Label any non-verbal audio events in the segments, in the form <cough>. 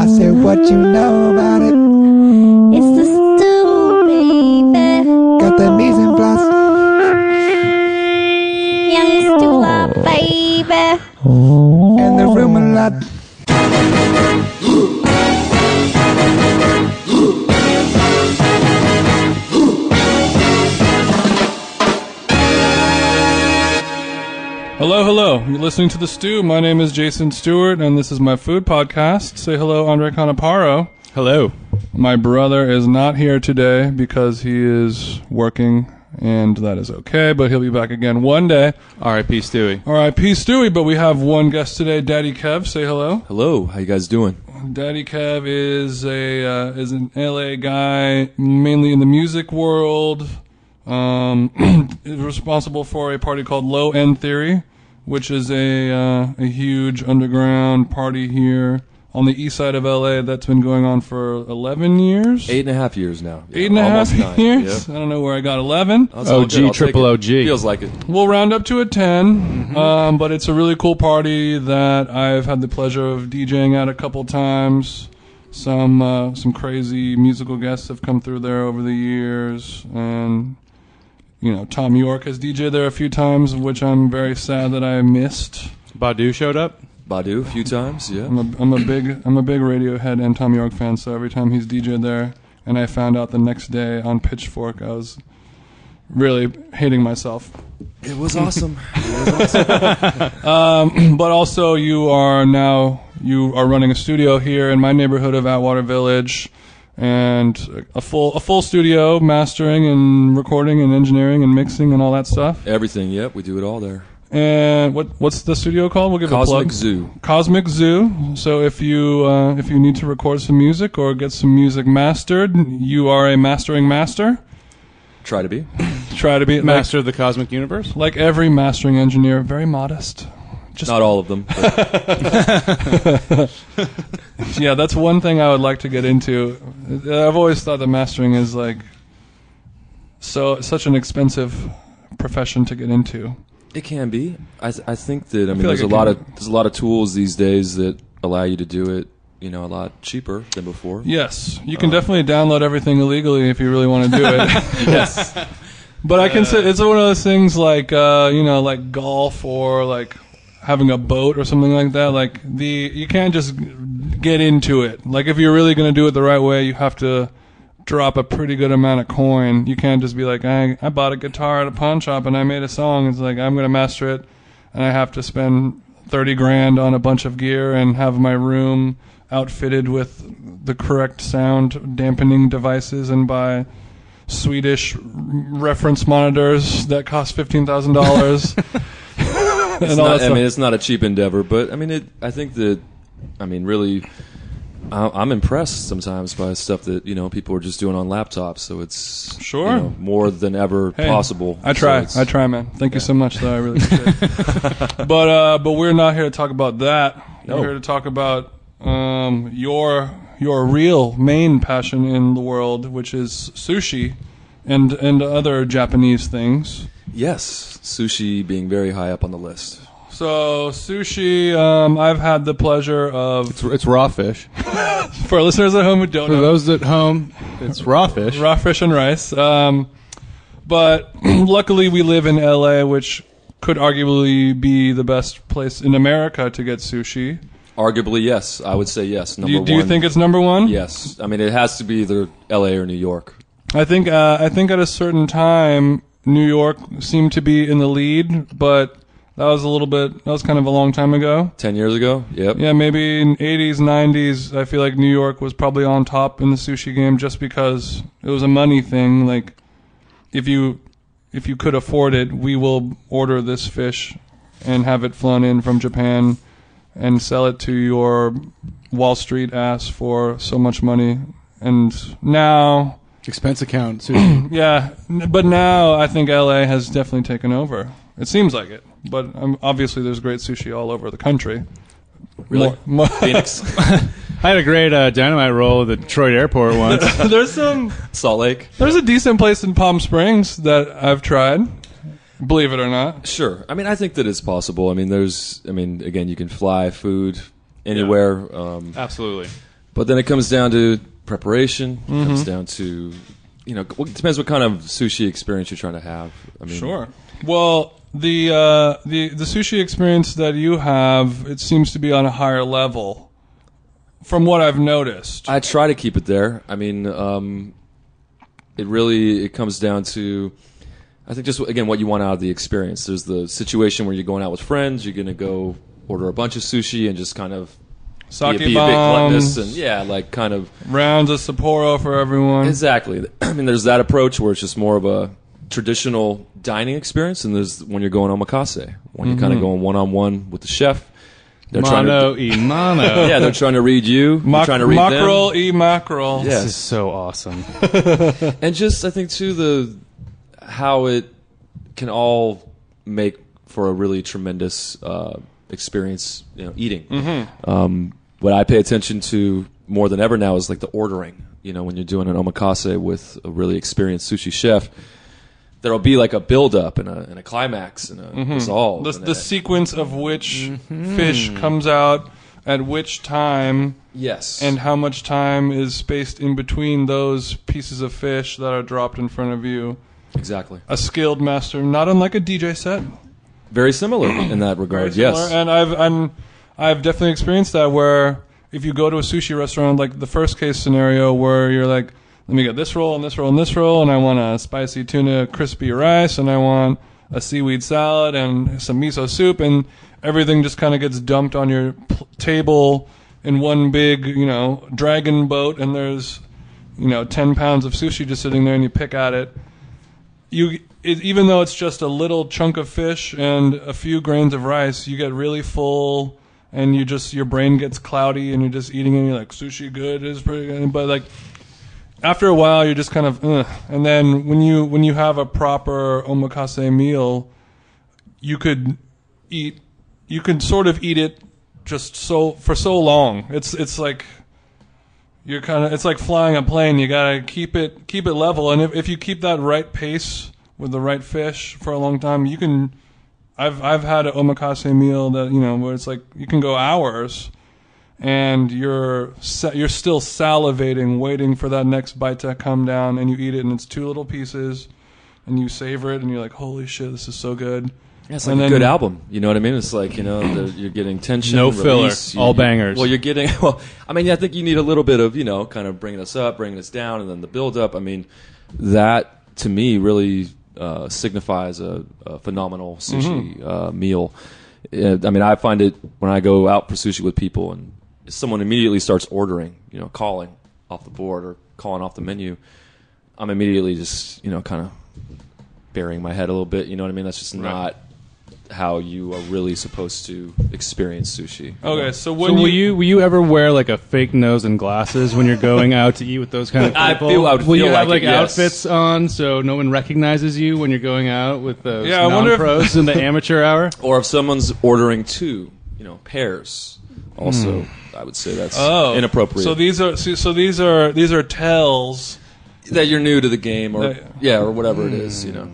I said, what you know about it? It's the stew, baby. Got the mise en place. Young stew, baby. And the room a lot. Hello, hello. You're listening to The Stew. My name is Jason Stewart, and this is my food podcast. Say hello, Andre Conaparo. Hello. My brother is not here today because he is working, and that is okay, but he'll be back again one day. R.I.P. Stewie. R.I.P. Stewie, but we have one guest today, Daddy Kev. Say hello. Hello. How you guys doing? Daddy Kev is a uh, is an LA guy, mainly in the music world. Um, <clears throat> is responsible for a party called Low End Theory, which is a uh, a huge underground party here on the east side of LA that's been going on for eleven years. Eight and a half years now. Yeah, Eight and a half almost nine. years. Yeah. I don't know where I got eleven. That's all OG, good. I'll take triple it. OG. Feels like it. We'll round up to a 10, um, but it's a really cool party that I've had the pleasure of DJing at a couple times. Some uh, some crazy musical guests have come through there over the years, and you know Tom York has DJed there a few times, which I'm very sad that I missed. Badu showed up. Badu a few times. Yeah. I'm a, I'm a big I'm a big Radiohead and Tom York fan, so every time he's DJed there, and I found out the next day on Pitchfork, I was really hating myself. <laughs> It was awesome. But also, you are now you are running a studio here in my neighborhood of Atwater Village, and a full a full studio, mastering and recording and engineering and mixing and all that stuff. Everything. Yep. We do it all there. And what what's the studio called? We'll give it a Cosmic plug. Zoo. Cosmic Zoo. So if you uh, if you need to record some music or get some music mastered, you are a mastering master. Try to be. Try to be Master of the Cosmic Universe. like, like every mastering engineer, very modest. Not all of them. but <laughs> Yeah, that's one thing I would like to get into. I've always thought that mastering is like so such an expensive profession to get into. it can be. I, th- I think that I mean feel like there's a it lot can of there's a lot of tools these days that allow you to do it. You know, a lot cheaper than before. Yes, you can definitely download everything illegally if you really want to do it. Yes. but I consider it's one of those things like uh, you know, like golf or like having a boat or something like that. Like the you can't just get into it. Like if you're really going to do it the right way, you have to drop a pretty good amount of coin. You can't just be like, I, I bought a guitar at a pawn shop and I made a song. It's like I'm gonna master it, and I have to spend thirty grand on a bunch of gear and have my room outfitted with the correct sound dampening devices and buy Swedish reference monitors that cost fifteen thousand dollars. <laughs> It's not- I mean, it's not a cheap endeavor, but I mean, it. I think that, I mean, really, I, I'm impressed sometimes by stuff that you know people are just doing on laptops. So it's you Sure. know, more than ever Hey, possible. I So try. it's- I try, man. Thank you so much, though. I really appreciate it. <laughs> but uh, but we're not here to talk about that. No. We're here to talk about um, your your real main passion in the world, which is sushi and and other Japanese things. Yes, sushi being very high up on the list. So sushi, um, I've had the pleasure of It's, it's raw fish. for listeners at home who don't For know, those at home, it's raw fish. raw fish and rice. Um, but <clears throat> luckily, we live in LA, which could arguably be the best place in America to get sushi. Arguably, yes. I would say yes. Do Number you, do you one. think it's number one? Yes. I mean, it has to be either L.A. or New York. I think uh, I think at a certain time, New York seemed to be in the lead, but that was a little bit. That was kind of a long time ago. Ten years ago. Yep. Yeah, maybe in 80s, 90s, I feel like New York was probably on top in the sushi game just because it was a money thing. Like, if you if you could afford it, we will order this fish and have it flown in from Japan and sell it to your Wall Street ass for so much money. And now, Expense account. sushi. yeah, n- but now I think LA has definitely taken over. It seems like it, but um, obviously there's great sushi all over the country. Really? More- more- Phoenix, <laughs> <clears throat> I had a great uh, dynamite roll at the Detroit airport <laughs> once. <laughs> there's some Salt Lake. there's a decent place in Palm Springs that I've tried. Believe it or not. Sure. I mean, I think that it's possible. I mean, there's. I mean, again, you can fly food anywhere. Um, Absolutely. but then it comes down to preparation. It comes Mm-hmm. down to you know it depends what kind of sushi experience you're trying to have. I mean, Sure. Well, the uh, the the sushi experience that you have, it seems to be on a higher level, from what I've noticed. I try to keep it there. I mean, um, it really it comes down to, I think just again what you want out of the experience. There's the situation where you're going out with friends, you're gonna go order a bunch of sushi and just kind of be, Sake be a big gluttonous bombs, and yeah, like kind of rounds of Sapporo for everyone. exactly. <clears throat> I mean, there's that approach where it's just more of a traditional dining experience, and there's when you're going omakase, when you're kind of going one on one with the chef. They're Mono trying e to, mono. <laughs> yeah, they're trying to read you. You're Mac- trying to read them. mackerel e mackerel. Yes. This is <laughs> so awesome. and just I think too the how it can all make for a really tremendous uh, experience, you know, eating. Mm-hmm. Um, what I pay attention to more than ever now is like the ordering. You know, when you're doing an omakase with a really experienced sushi chef, there'll be like a build up and a, and a climax and a resolve. Mm-hmm. The, and the a- sequence of which Mm-hmm. fish comes out at which time yes, and how much time is spaced in between those pieces of fish that are dropped in front of you. exactly, A skilled master, not unlike a DJ set. very similar in that regard. Very Yes, similar. and I've and I've definitely experienced that where if you go to a sushi restaurant, like the first case scenario where you're like, let me get this roll and this roll and this roll, and I want a spicy tuna crispy rice, and I want a seaweed salad and some miso soup, and everything just kind of gets dumped on your pl- table in one big, you know, dragon boat, and there's, you know, ten pounds of sushi just sitting there, and you pick at it you it, even though it's just a little chunk of fish and a few grains of rice, you get really full and you just your brain gets cloudy and you're just eating and you're like sushi good is pretty good, but like after a while you're just kind of Ugh. and then when you when you have a proper omakase meal, you could eat you can sort of eat it just so for so long. It's it's like you're kind of it's like flying a plane. You gotta keep it keep it level, and if if you keep that right pace with the right fish for a long time, you can. I've I've had an omakase meal that you know where it's like you can go hours, and you're sa- you're still salivating, waiting for that next bite to come down, and you eat it, and it's two little pieces, and you savor it, and you're like, holy shit, this is so good. Yeah, it's like And a then- good album. You know what I mean? It's like you know the, you're getting tension, No filler, release, you- all you- bangers. Well, you're getting. <laughs> Well, I mean, I think you need a little bit of you know, kind of bringing us up, bringing us down, and then the build up. I mean, that to me really uh, signifies a, a phenomenal sushi Mm-hmm. uh, meal. Uh, I mean, I find it when I go out for sushi with people, and someone immediately starts ordering, you know, calling off the board or calling off the menu. I'm immediately just you know kind of burying my head a little bit. You know what I mean? That's just not how you are really supposed to experience sushi. Okay, so So when will you will you ever wear like a fake nose and glasses when you're going out to eat with those kind of people? I feel- I would will you feel have like like it, yes. outfits on so no one recognizes you when you're going out with those Yeah, I wonder if- non-pros in the <laughs> amateur hour? Or if someone's ordering two, you know, pairs. Also, I would say that's Oh, inappropriate. So these are so, so these are these are tells. that you're new to the game, or That- yeah, or whatever it is, you know,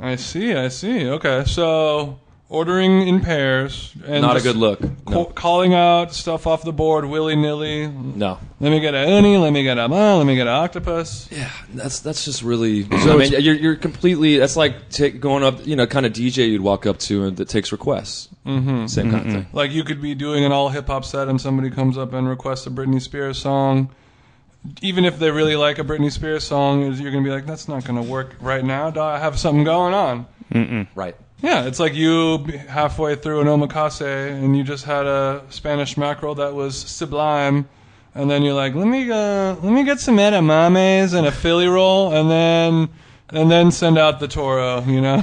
I see, I see. Okay, so ordering in pairs and not a just good look. ca- No, calling out stuff off the board willy nilly. no. Let me get a uni. Let me get a ma. Let me get an octopus. yeah, that's that's just really. I mean, you're you're completely. That's like take, going up, you know, kind of DJ you'd walk up to and that takes requests. Mm-hmm. Same kind of thing. Like you could be doing an all hip hop set and somebody comes up and requests a Britney Spears song. Even if they really like a Britney Spears song, is you're gonna be like, that's not gonna work right now. dawg. I have something going on. Right. Yeah, it's like you b- halfway through an omakase and you just had a Spanish mackerel that was sublime, and then you're like, let me uh, let me get some edamames and a Philly roll, and then and then send out the toro, you know.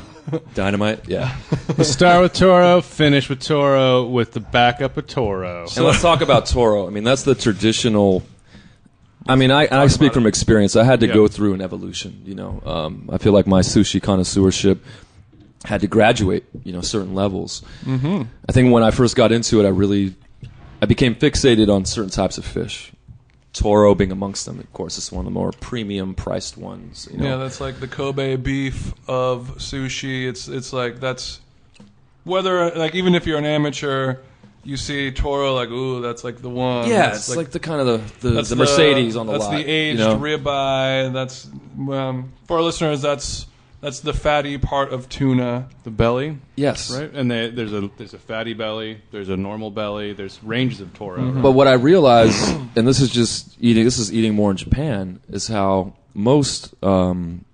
Dynamite. Yeah. Let's start with Toro, finish with Toro, with the backup of Toro. and let's talk about Toro. I mean, that's the traditional. I mean, I, I speak from experience. I had to Yeah. go through an evolution. You know, um, I feel like my sushi connoisseurship had to graduate. You know, certain levels. Mm-hmm. I think when I first got into it, I really, I became fixated on certain types of fish. Toro being amongst them, of course, it's one of the more premium priced ones. You know? Yeah, that's like the Kobe beef of sushi. It's it's like that's whether like even if you're an amateur, you see Toro like, ooh, that's like the one. Yeah, That's it's like, the kind of the, the, the Mercedes on the that's lot. the aged you know? ribeye. That's um, for our listeners. That's that's the fatty part of tuna. The belly, yes, right? And they, there's a there's a fatty belly, there's a normal belly, there's ranges of Toro. But what I realize, and this is just eating, this is eating more in Japan, is how most um,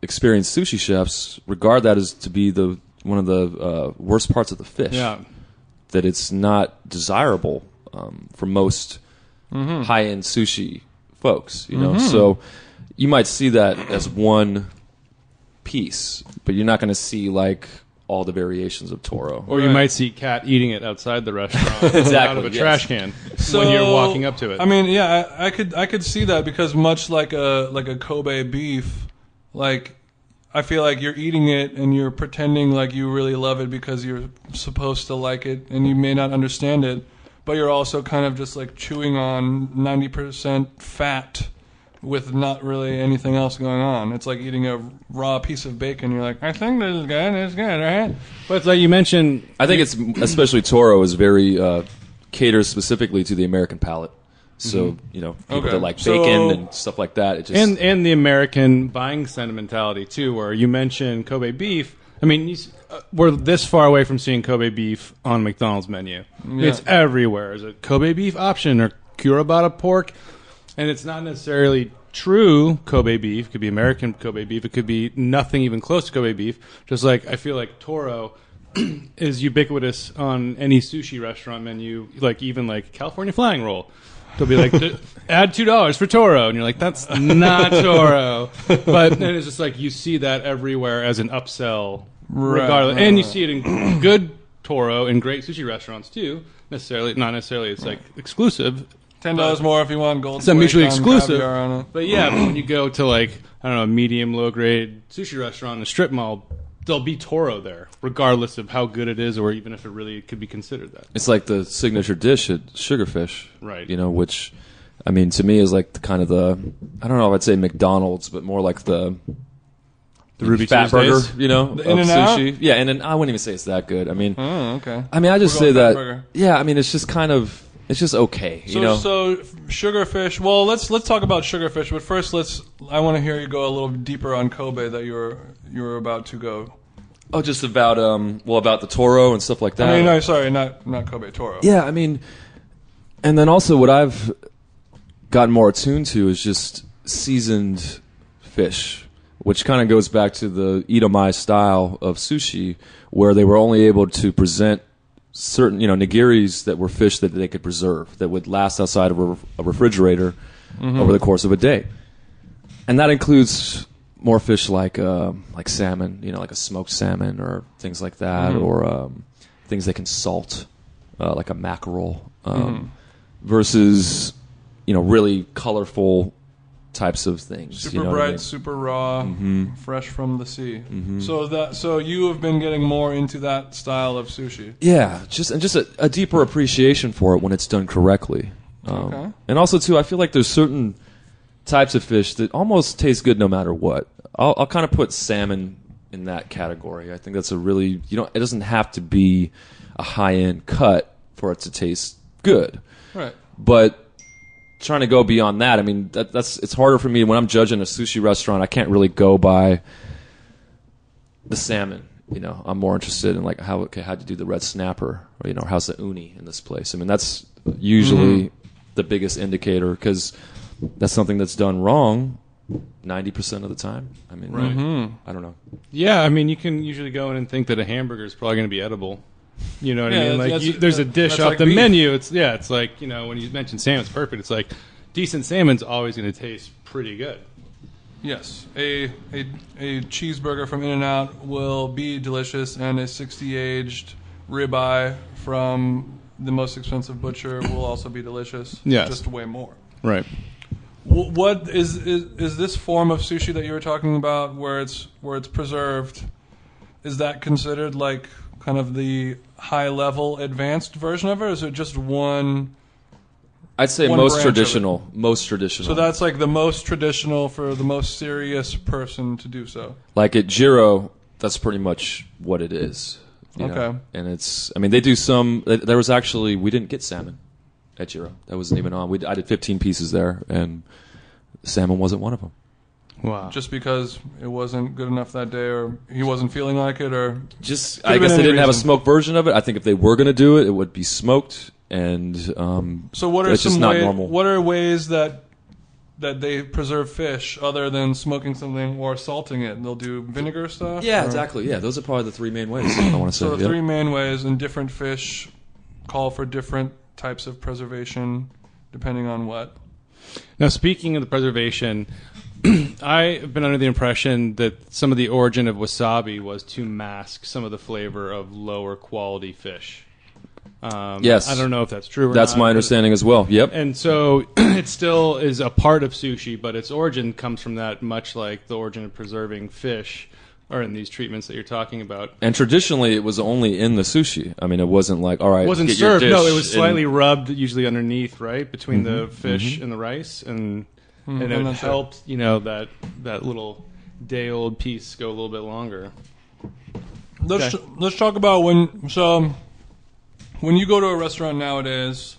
experienced sushi chefs regard that as to be the one of the uh, worst parts of the fish. Yeah, That it's not desirable um, for most Mm-hmm. high-end sushi folks. You know, so you might see that as one piece, but you're not going to see like all the variations of toro. or you might see cat eating it outside the <laughs> restaurant, exactly, out of a yes. trash can when you're So, walking up to it. I mean, yeah, I, I could I could see that because much like a like a Kobe beef, like I feel like you're eating it and you're pretending like you really love it because you're supposed to like it and you may not understand it, but you're also kind of just like chewing on ninety percent fat with not really anything else going on. It's like eating a raw piece of bacon. You're like, I think this is good. It's good, right? but it's like you mentioned, I think it's especially Toro is very uh, caters specifically to the American palate. So you know, people Okay. that like So- bacon and stuff like that. It just and and the American buying sentimentality too, where you mentioned Kobe beef. I mean, you, s- uh, we're this far away from seeing Kobe beef on McDonald's menu. It's everywhere. There's a Kobe beef option or Curabata pork, and it's not necessarily true Kobe beef. It could be American Kobe beef. It could be nothing even close to Kobe beef. Just like I feel like Toro is ubiquitous on any sushi restaurant menu, like even like California flying roll. They'll be like, "Th- add two dollars for Toro, and you're like, that's not Toro. But then it's just like you see that everywhere as an upsell, Right, regardless, right, and you right. see it in good Toro and great sushi restaurants too. Necessarily, not necessarily. It's like exclusive. Ten dollars more if you want gold. It's not mutually flake on exclusive. caviar on it. But yeah, but when you go to like I don't know, a medium low grade sushi restaurant in a strip mall, there'll be Toro there, regardless of how good it is, or even if it really could be considered that. it's like the signature dish at Sugarfish, Right. You know, which I mean, to me is like the kind of the I don't know if I'd say McDonald's, but more like the The Ruby fat burger, Tuesdays? you know, In of and Out? sushi. Yeah, and, and I wouldn't even say it's that good. I mean, Oh, okay. I mean, I just We're say going that. fat burger. Yeah, I mean, it's just kind of it's just okay. So, you know, so sugarfish. Well, let's let's talk about sugarfish, but first, let's. I want to hear you go a little deeper on Kobe that you were you were about to go. oh, just about um, well, about the Toro and stuff like that. I mean, no, sorry, not not Kobe Toro. Yeah, I mean, and then also what I've gotten more attuned to is just seasoned fish, which kind of goes back to the edamai style of sushi, where they were only able to present certain, you know, nigiris that were fish that they could preserve that would last outside of a, ref- a refrigerator over the course of a day, and that includes. More fish like uh, like salmon, you know, like a smoked salmon or things like that, or um, things they can salt uh, like a mackerel, um, versus you know really colorful types of things. Super you know Mm-hmm. what I bright, mean? super raw, fresh from the sea. Mm-hmm. So that so you have been getting more into that style of sushi. Yeah, just and just a, a deeper appreciation for it when it's done correctly. Um, Okay. And also too, I feel like there's certain types of fish that almost taste good no matter what. I'll, I'll kind of put salmon in that category. I think that's a really you know it doesn't have to be a high end cut for it to taste good. Right. but trying to go beyond that i mean that, that's it's harder for me when i'm judging a sushi restaurant i can't really go by the salmon you know i'm more interested in like how okay, how to do the red snapper or you know how's the uni in this place i mean that's usually Mm-hmm. the biggest indicator because that's something that's done wrong 90% of the time i mean i don't know Yeah, I mean, you can usually go in and think that a hamburger is probably going to be edible. You know what Yeah, I mean? Like, that's- you, there's a that's- dish that's off like the beef. menu. It's yeah, it's like you know when you mentioned salmon's perfect. It's like decent salmon's always going to taste pretty good. Yes, a a a cheeseburger from In-N-Out will be delicious, and a 60-aged ribeye from the most expensive butcher will also be delicious. Yes. just way more. Right. Wh- What is, is is this form of sushi that you were talking about, where it's where it's preserved? Is that considered like kind of the high level advanced version of it, or is it just one? i'd say One most branch of it. traditional most traditional So that's like the most traditional for the most serious person to do so. like at Giro, that's pretty much what it is. you know? Okay. And it's, I mean, they do some. th- There was actually we didn't get salmon at Giro. That wasn't even on. We I did 15 pieces there, and salmon wasn't one of them. Wow. Just because it wasn't good enough that day, or he wasn't feeling like it, or Just have I been guess they any didn't have a reason. smoked version of it. I think if they were going to do it, it would be smoked. And um, so. What are That's just some not way, normal. what are ways that that they preserve fish other than smoking something or salting it? They'll do vinegar stuff. yeah, or- exactly. Yeah, those are probably the three main ways. I want to say. So the yeah. three main ways, and different fish call for different types of preservation depending on what. Now, speaking of the preservation, <clears throat> I've been under the impression that some of the origin of wasabi was to mask some of the flavor of lower quality fish. Um, Yes. I don't know if that's true or That's not, my but- understanding as well. Yep. And so <clears throat> it still is a part of sushi, but its origin comes from that, much like the origin of preserving fish are in these treatments that you're talking about. And traditionally, it was only in the sushi. I mean, it wasn't like all right, It wasn't get your served. No, dish it was and- slightly rubbed, usually underneath, right between the fish and the rice, and and I'm it not sure. helped. You know that that little day old piece go a little bit longer. Let's let's talk about when so when you go to a restaurant nowadays,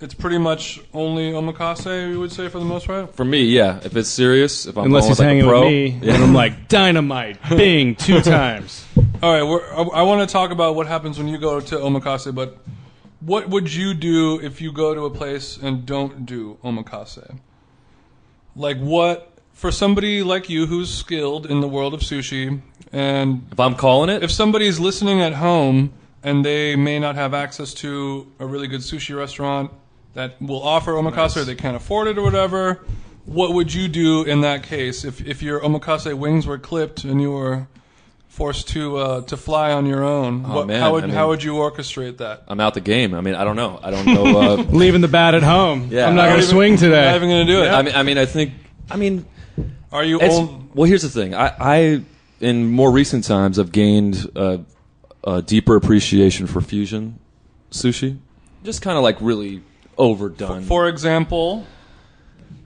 it's pretty much only omakase. You would say for the most part. for me. Yeah, if it's serious, if I'm Unless going he's with, like, hanging a pro, with me, yeah. and I'm like dynamite, bing, two times. All right, we're, I, I want to talk about what happens when you go to omakase, but what would you do if you go to a place and don't do omakase? Like what for somebody like you who's skilled in the world of sushi and if I'm calling it, if somebody's listening at home and they may not have access to a really good sushi restaurant that will offer omakase or they can't afford it or whatever, what would you do in that case if, if your omakase wings were clipped and you were forced to uh, to fly on your own? what, Oh, man, how would I mean- how would you orchestrate that? I'm out the game. I mean, I don't know. I don't know. <laughs> Uh, Leaving the bat at home. Yeah. I'm not I don't going to even- swing Not today. even gonna do it. I mean, I mean, I think. I mean, Are you? it's, on- well, here's the thing. I, I, in more recent times, I've gained a, a deeper appreciation for fusion sushi. Just kind of like really overdone. for example,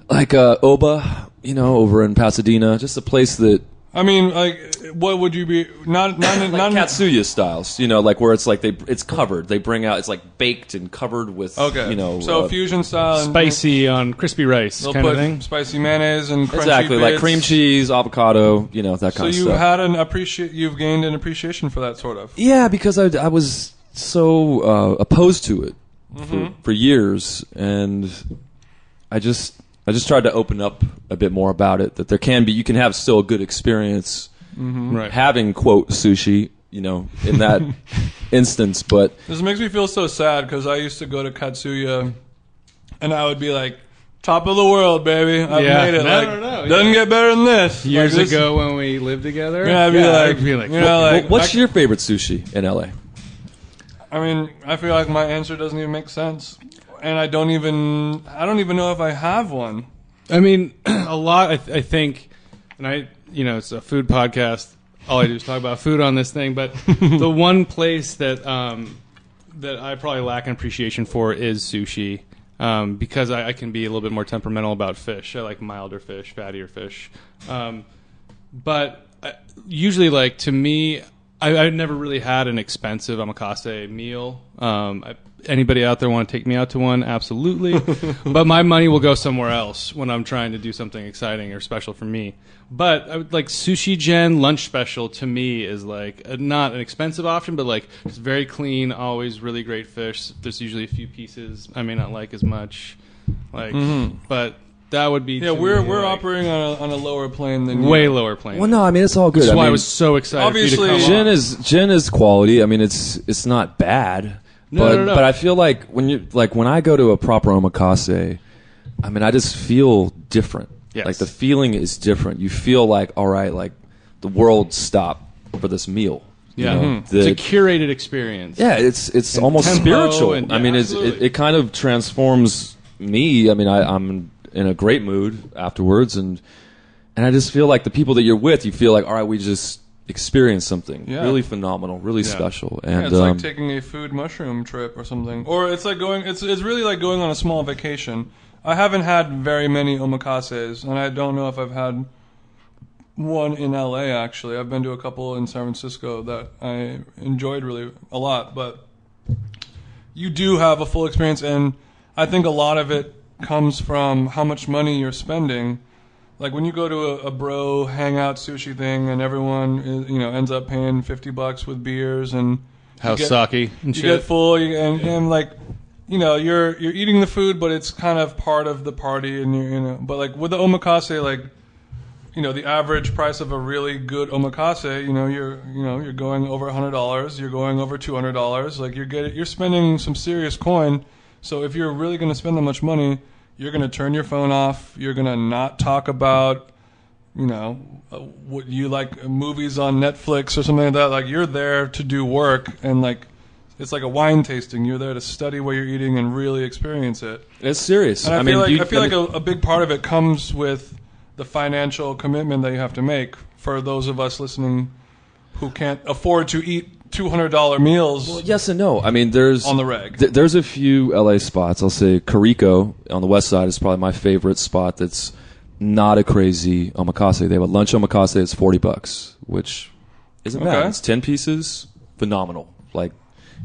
like uh, Oba, you know, over in Pasadena, just a place that I mean, like, what would you be? Not not like not Katsuya styles, you know, like where it's like they it's covered. They bring out it's like baked and covered with Okay, you know, so uh, fusion style, and- Spicy on crispy rice They'll kind put of thing. spicy mayonnaise and crunchy exactly like bits. cream cheese, avocado, you know, that So kind you of stuff. E- had an appreciate you've gained an appreciation for that sort of. yeah, because I I was so uh, opposed to it for, for years, and I just I just tried to open up a bit more about it. That there can be you can have still a good experience Right. having quote sushi, you know, in that instance, but This makes me feel so sad because I used to go to Katsuya, and I would be like, "Top of the world, baby! I've Yeah. made it! No, like, no, no, doesn't get better than this." Like, Years this- ago when we lived together, Yeah, I'd be yeah, like, I'd be like, you know, like, what's I, your favorite sushi in LA? I mean, I feel like my answer doesn't even make sense, and I don't even I don't even know if I have one. I mean, <clears throat> a lot. I, th- I think, and I, you know, it's a food podcast. All I do is talk about food on this thing. <laughs> But the one place that um, that I probably lack an appreciation for is sushi, um, because I, I can be a little bit more temperamental about fish. I like milder fish, fattier fish. Um, but I, usually, like to me, I, I've never really had an expensive omakase meal. Um, I, anybody out there want to take me out to <laughs> one? Absolutely. but my money will go somewhere else when I'm trying to do something exciting or special for me. But I would like sushi gen lunch special to me is like a, not an expensive option, but like it's very clean, always really great fish. There's usually a few pieces I may not like as much, like, but that would be Mm-hmm. Yeah, to we're me, we're like, operating on a, on a lower plane than way you. lower plane. Well, no, I mean it's all good. That's I why I uh, mean, was so excited. Obviously- for you to come gin on. is gin is quality. I mean it's it's not bad. No, but no, no. but I feel like when you like when I go to a proper omakase, I mean I just feel different. Yes. Like the feeling is different. You feel like all right, like the world stopped for this meal. you Yeah. know? Mhm. The- it's a curated experience. Yeah, it's it's almost tempo spiritual. and- I mean, yeah, it's, it, absolutely. it kind of transforms me. I mean, I, I'm in a great mood afterwards, and and I just feel like the people that you're with, you feel like, all right, we just experienced something Yeah. really phenomenal, really special, and Yeah, it's um, like taking a food mushroom trip or something, or it's like going. It's it's really like going on a small vacation. I haven't had very many omakases, and I don't know if I've had one in LA actually. I've been to a couple in San Francisco that I enjoyed really a lot, but you do have a full experience and I think a lot of it comes from how much money you're spending. Like when you go to a, a bro hangout sushi thing and everyone is, you know ends up paying 50 bucks with beers and House get- sake you and get shit. full you, and, and like you know you're you're eating the food but it's kind of part of the party and you're you know but like with the omakase like you know the average price of a really good omakase you know you're you know you're going over $100 you're going over $200 like you're getting you're spending some serious coin so if you're really going to spend that much money you're going to turn your phone off you're going to not talk about you know, uh, what you like uh, movies on Netflix or something like that. Like you're there to do work and like it's like a wine tasting. You're there to study what you're eating and really experience it. It's serious. And I, I, mean, feel like you- I feel I like mean- a, a big part of it comes with the financial commitment that you have to make for those of us listening who can't afford to eat two hundred dollar meals. Well, yes and no. I mean, there's On the reg. th- there's a few LA spots. I'll say Carico on the west side is probably my favorite spot. That's not a crazy omakase. They have a lunch omakase that's forty bucks, which isn't bad. Okay. It's ten pieces, phenomenal. Like,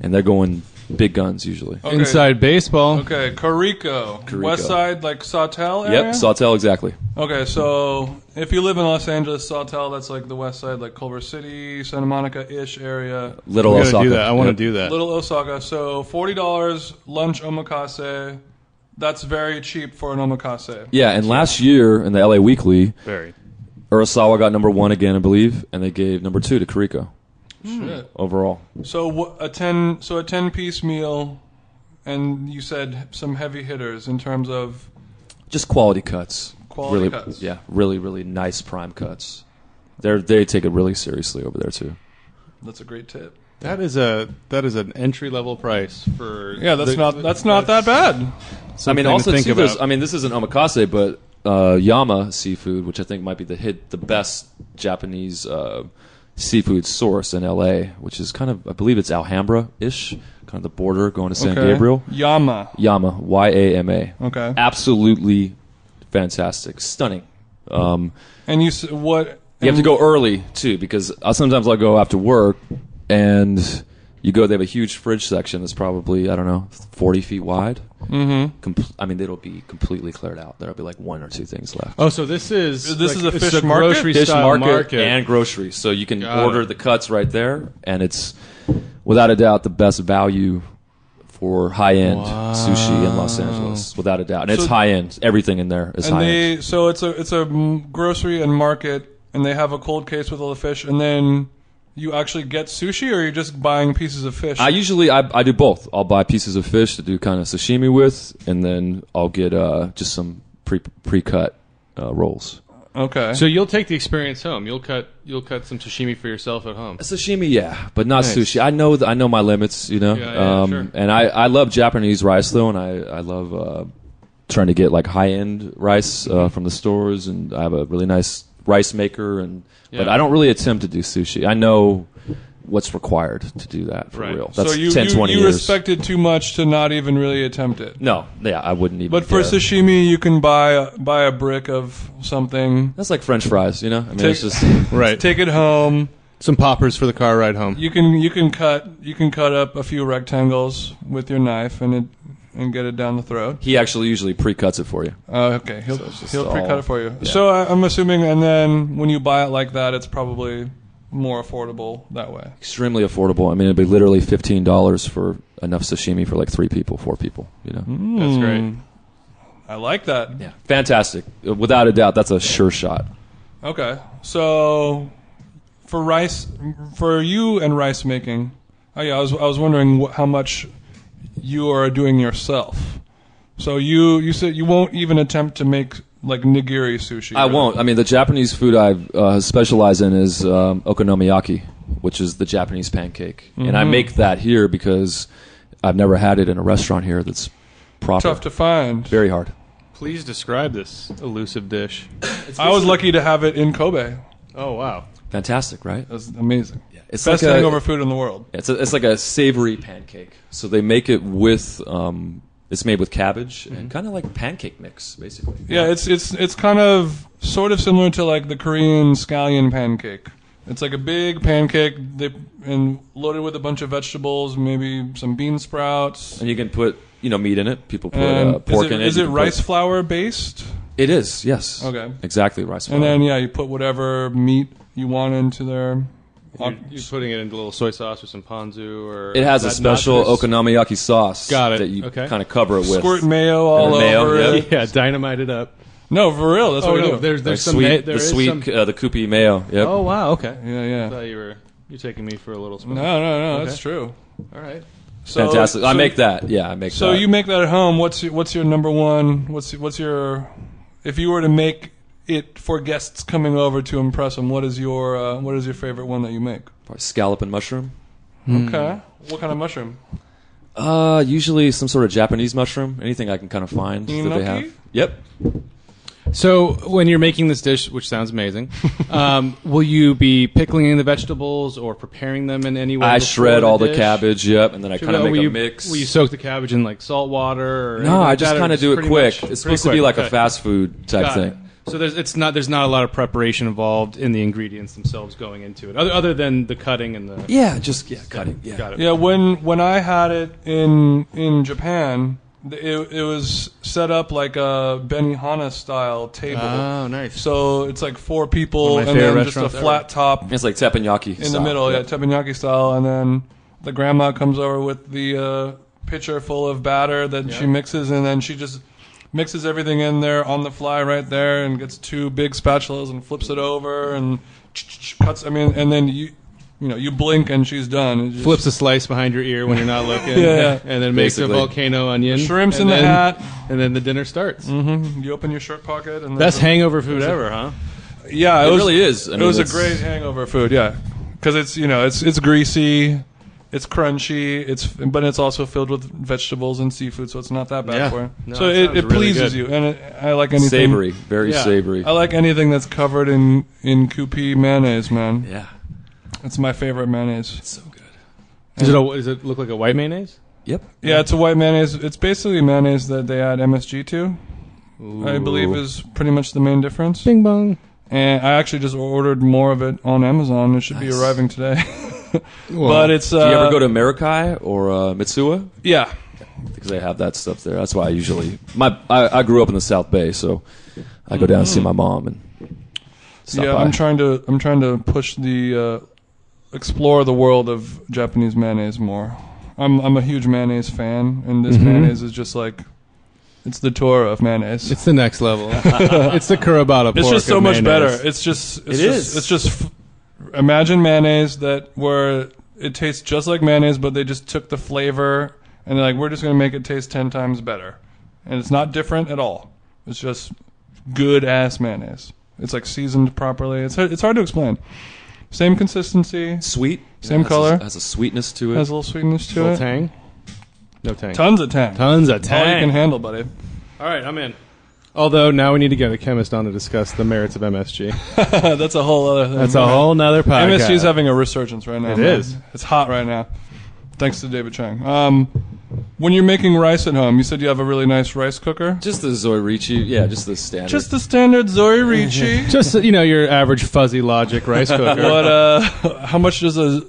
and they're going big guns usually. Okay. Inside baseball. Okay, Carico, Carico. West Side, like Sawtell area. Yep, Sawtell exactly. Okay, so if you live in Los Angeles, Sawtell, that's like the west side, like Culver City, Santa Monica ish area. Little I Osaka. gotta do that. I want to Yep. do that. <laughs> Little Osaka. So $40 lunch omakase. That's very cheap for an omakase. Yeah, and last year in the LA Weekly, Very. Urasawa got number one again, I believe, and they gave number two to Carico Shit. overall. So wha- a 10 so a 10 piece meal and you said some heavy hitters in terms of just quality cuts. Quality really, cuts. Yeah, really, really nice prime cuts. They they take it really seriously over there too. that's a great tip. That is a that is an entry level price for Yeah, that's the- not that's not that bad. I mean, to also think too, there's- about. I mean, this isn't omakase, but uh, Yama seafood, which I think might be the hit, the best Japanese uh, seafood source in L.A., which is kind of, I believe it's Alhambra-ish, kind of the border going to San Okay. Gabriel. Yama. Yama, Y A M A. Okay. Absolutely fantastic, stunning. Um, And you s- what You have to go early too, because I, sometimes I'll go after work, and you go. They have a huge fridge section that's probably I don't know forty feet wide. Mm-hmm. I mean, it'll be completely cleared out. There'll be like one or two things left. Oh, so this is This is a it's fish the market? grocery Fish style market, market, and grocery, so you can Got order it. the cuts right there, and it's without a doubt the best value for high end sushi in Los Angeles, without a doubt. And it's So- high end. Everything in there is and high end. they so it's a it's a mm, grocery and market and they have a cold case with all the fish and then you actually get sushi or you're just buying pieces of fish I usually I, I do both. I'll buy pieces of fish to do kind of sashimi with, and then I'll get uh, just some pre pre cut uh, rolls. okay So you'll take the experience home. You'll cut you'll cut some sashimi for yourself at home. Sashimi, yeah, but not Nice. sushi. I know th- I know my limits, you know. Yeah, yeah, um, sure. And I, I love Japanese rice though, and I I love uh, trying to get like high end rice uh, from the stores, and I have a really nice rice maker, and but Yeah. I don't really attempt to do sushi. I know what's required to do that for Right. real. so That's you 10, you, 20 you years. respected too much to not even really attempt it no, yeah, I wouldn't even. but for dare. sashimi you can buy a, buy a brick of something That's like French fries, you know. I mean, Take- it's just Right. take it home some poppers for the car ride home. you can you can cut you can cut up a few rectangles with your knife and it and get it down the throat he actually usually pre-cuts it for you. Uh, okay, he'll it's just he'll all- pre-cut it for you. So I, I'm assuming, and then when you buy it like that, it's probably more affordable that way. Extremely affordable. I mean, it'd be literally fifteen dollars for enough sashimi for like three people, four people. You know, Mm. That's great. Hmm. I like that. yeah, fantastic. Uh, Without a doubt, that's a sure shot. Okay, so for rice, for you and rice making, oh yeah, I was I was wondering wh- how much you are doing yourself. So you you said you won't even attempt to make like nigiri sushi. I right? won't. I mean, the Japanese food I uh, specialize in is um, okonomiyaki, which is the Japanese pancake, and I Mm-hmm. make that here because I've never had it in a restaurant here that's proper. Tough to find. Very hard. Please describe this elusive dish. I was lucky to have it in Kobe. Oh wow. Fantastic, right? That's amazing. It's Uh, Best like a- hangover food in the world. It's a, it's like a savory pancake. So they make it with um, It's made with cabbage Mm-hmm. and kind of like pancake mix, basically. Yeah, it's it's it's kind of sort of similar to like the Korean scallion pancake. It's like a big pancake they, and loaded with a bunch of vegetables, maybe some bean sprouts. and you can put you know meat in it. People put And uh, pork is it, in it. is You it can rice Put, flour based? it is. Yes. Okay. Exactly rice. And flour. then yeah, you put whatever meat you want into there. You're, you're putting it into a little soy sauce or some ponzu or it has a is that special nachos? okonomiyaki sauce. Got it. That you Okay. kind of cover it with. Squirt mayo all And the mayo, over yeah. it. <laughs> Yeah, dynamite it up. No, for real, that's Oh what we no, do. there's Like there's some sweet, ma- there the is sweet, some- uh, the koopi mayo. Yep. Oh wow, okay. yeah, I yeah. thought you were you're taking me for a little spoon. No, no, no, that's true. All right. So, Fantastic. I so- make that. Yeah, I make So that. you make that at home. What's your, what's your number one? What's what's your if you were to make it for guests coming over to impress them? What is your uh, what is your favorite one that you make? Probably scallop and mushroom. Hmm. Okay, what kind of mushroom? Uh, usually some sort of Japanese mushroom. Anything I can kind of find that they Enoki? have. Yep. So when you're making this dish, which sounds <laughs> amazing, um, will you be pickling in the vegetables or preparing them in any way? I before shred all the dish? cabbage. Yep, and then I Should kind of we- make will a you, mix. Will you soak the cabbage in like salt water? Or anything no, I like just that, or kind of do it pretty quick. much- it's pretty supposed to be quick, like okay. a fast food type Got it. thing. So there's it's not there's not a lot of preparation involved in the ingredients themselves going into it, other other than the cutting and the. Yeah, just yeah, cutting. Yeah. Got it. Yeah, when when I had it in in Japan, th- it it was set up like a Benihana style table. Oh, nice. So it's like four people One of my and favorite then just a restaurants ever. flat top It's like teppanyaki in the middle, yeah, teppanyaki style, and then the grandma comes over with the uh, pitcher full of batter that she mixes, and then she just mixes everything in there on the fly right there, and gets two big spatulas and flips it over and cuts. I mean, and then you, you know, you blink and she's done. It's just- Flips a slice behind your ear when you're not <laughs> looking, Yeah. and then makes Basically. a volcano onion. shrimps and in the then- hat. Mm-hmm. and then the dinner starts. You open your shirt pocket, and Best there's a- hangover food ever, huh? Yeah, it, It was, really is. I it mean, was a it's- great hangover food. Yeah, because it's you know it's it's greasy, it's crunchy, it's but it's also filled with vegetables and seafood, so it's not that bad Yeah. for you. No, so it it, sounds it really pleases good. you, and it, I like anything Savory, very Yeah. savory. I like anything that's covered in in coupi mayonnaise, man. yeah, It's my favorite mayonnaise. so good. Is it a, does it look like a white mayonnaise? Yep. Yeah, it's a white mayonnaise. It's basically mayonnaise that they add MSG to. I believe is pretty much the main difference. Bing bong. And I actually just ordered more of it on Amazon. It should be Nice. arriving today. <laughs> but it's uh, Do you ever go to Amerikai or uh, Mitsuya? yeah. Because they have that stuff there. That's why I usually my I, I grew up in the South Bay, so I go down and see my mom and stop yeah, by. I'm trying to I'm trying to push the uh, explore the world of Japanese mayonnaise more. I'm I'm a huge mayonnaise fan, and Mm-hmm. this mayonnaise is just like it's the Torah of mayonnaise. It's, It's the next level. <laughs> it's the curabata pork. just so of much mayonnaise. better. It's just it's just, It is. It's just f- imagine mayonnaise that where it tastes just like mayonnaise, but they just took the flavor and they're like we're just gonna make it taste ten times better, and it's not different at all. It's just good ass mayonnaise. It's like seasoned properly. It's hard, it's hard to explain. Same consistency, sweet. Same has color. A, has a sweetness to it. has a little sweetness to Little it. tang. No tang. Tons of tang. Tons of All you tang. can handle, buddy. All right, I'm in. Although now we need to get a chemist on to discuss the merits of MSG. That's a whole other thing. <laughs> That's a whole <laughs> nother podcast. MSG's having a resurgence right now. It man. is. It's hot right now. Thanks to David Chang. Um, when you're making rice at home, you said you have a really nice rice cooker. Just the zoirichi. Yeah, just the standard. Just the standard Zoe <laughs> Ricci. just you know your average fuzzy <laughs> logic rice cooker. but uh, how much does a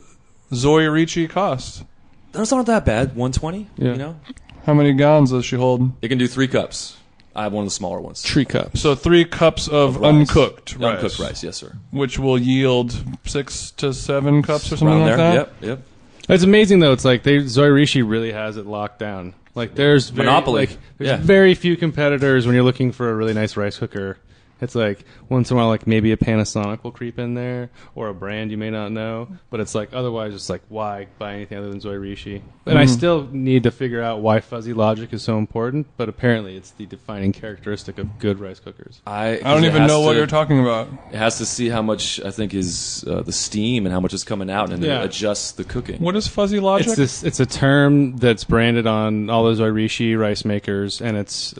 Zoe Ricci cost? Those aren't that bad. 120. Yeah. You know, How many gallons does she hold? it can do three cups. I have one of the smaller ones. Tree cups. So three cups of, Rice. uncooked rice. Uncooked rice. Yes, sir. Which will yield six to seven cups or something Around like there. that. Yep. Yep. It's amazing though. It's like they Zoirishi really has it locked down. Like there's very, Monopoly. Like, there's Yeah. very few competitors when you're looking for a really nice rice cooker. It's like once in a while, like maybe a Panasonic will creep in there or a brand you may not know, but it's like otherwise, it's like why buy anything other than Zoirishi? And I Mm-hmm. still need to figure out why fuzzy logic is so important, but apparently it's the defining characteristic of good rice cookers. I. I don't even know what talking. you're talking about. It has to see how much I think is uh, the steam and how much is coming out, and Yeah. then adjust the cooking. What is fuzzy logic? It's this. It's a term that's branded on all those Irishi rice makers, and it's.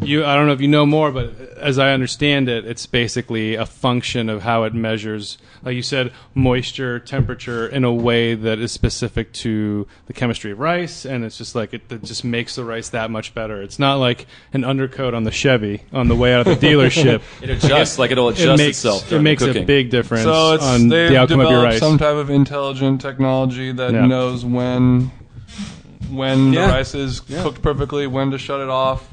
you I don't know if you know more, but as I understand it, it's basically a function of how it measures, like you said, moisture, temperature in a way that is specific to the chemistry of rice, and it's just like it, it just makes the rice that much better. It's not like an undercoat on the Chevy on the way <laughs> out of the dealership. It adjusts like it'll adjust it makes, itself. It during the makes a cooking. big difference So it's on they've the outcome of developed your rice. some type of intelligent technology that Yeah. knows when when Yeah. the rice is cooked perfectly, when to shut it off,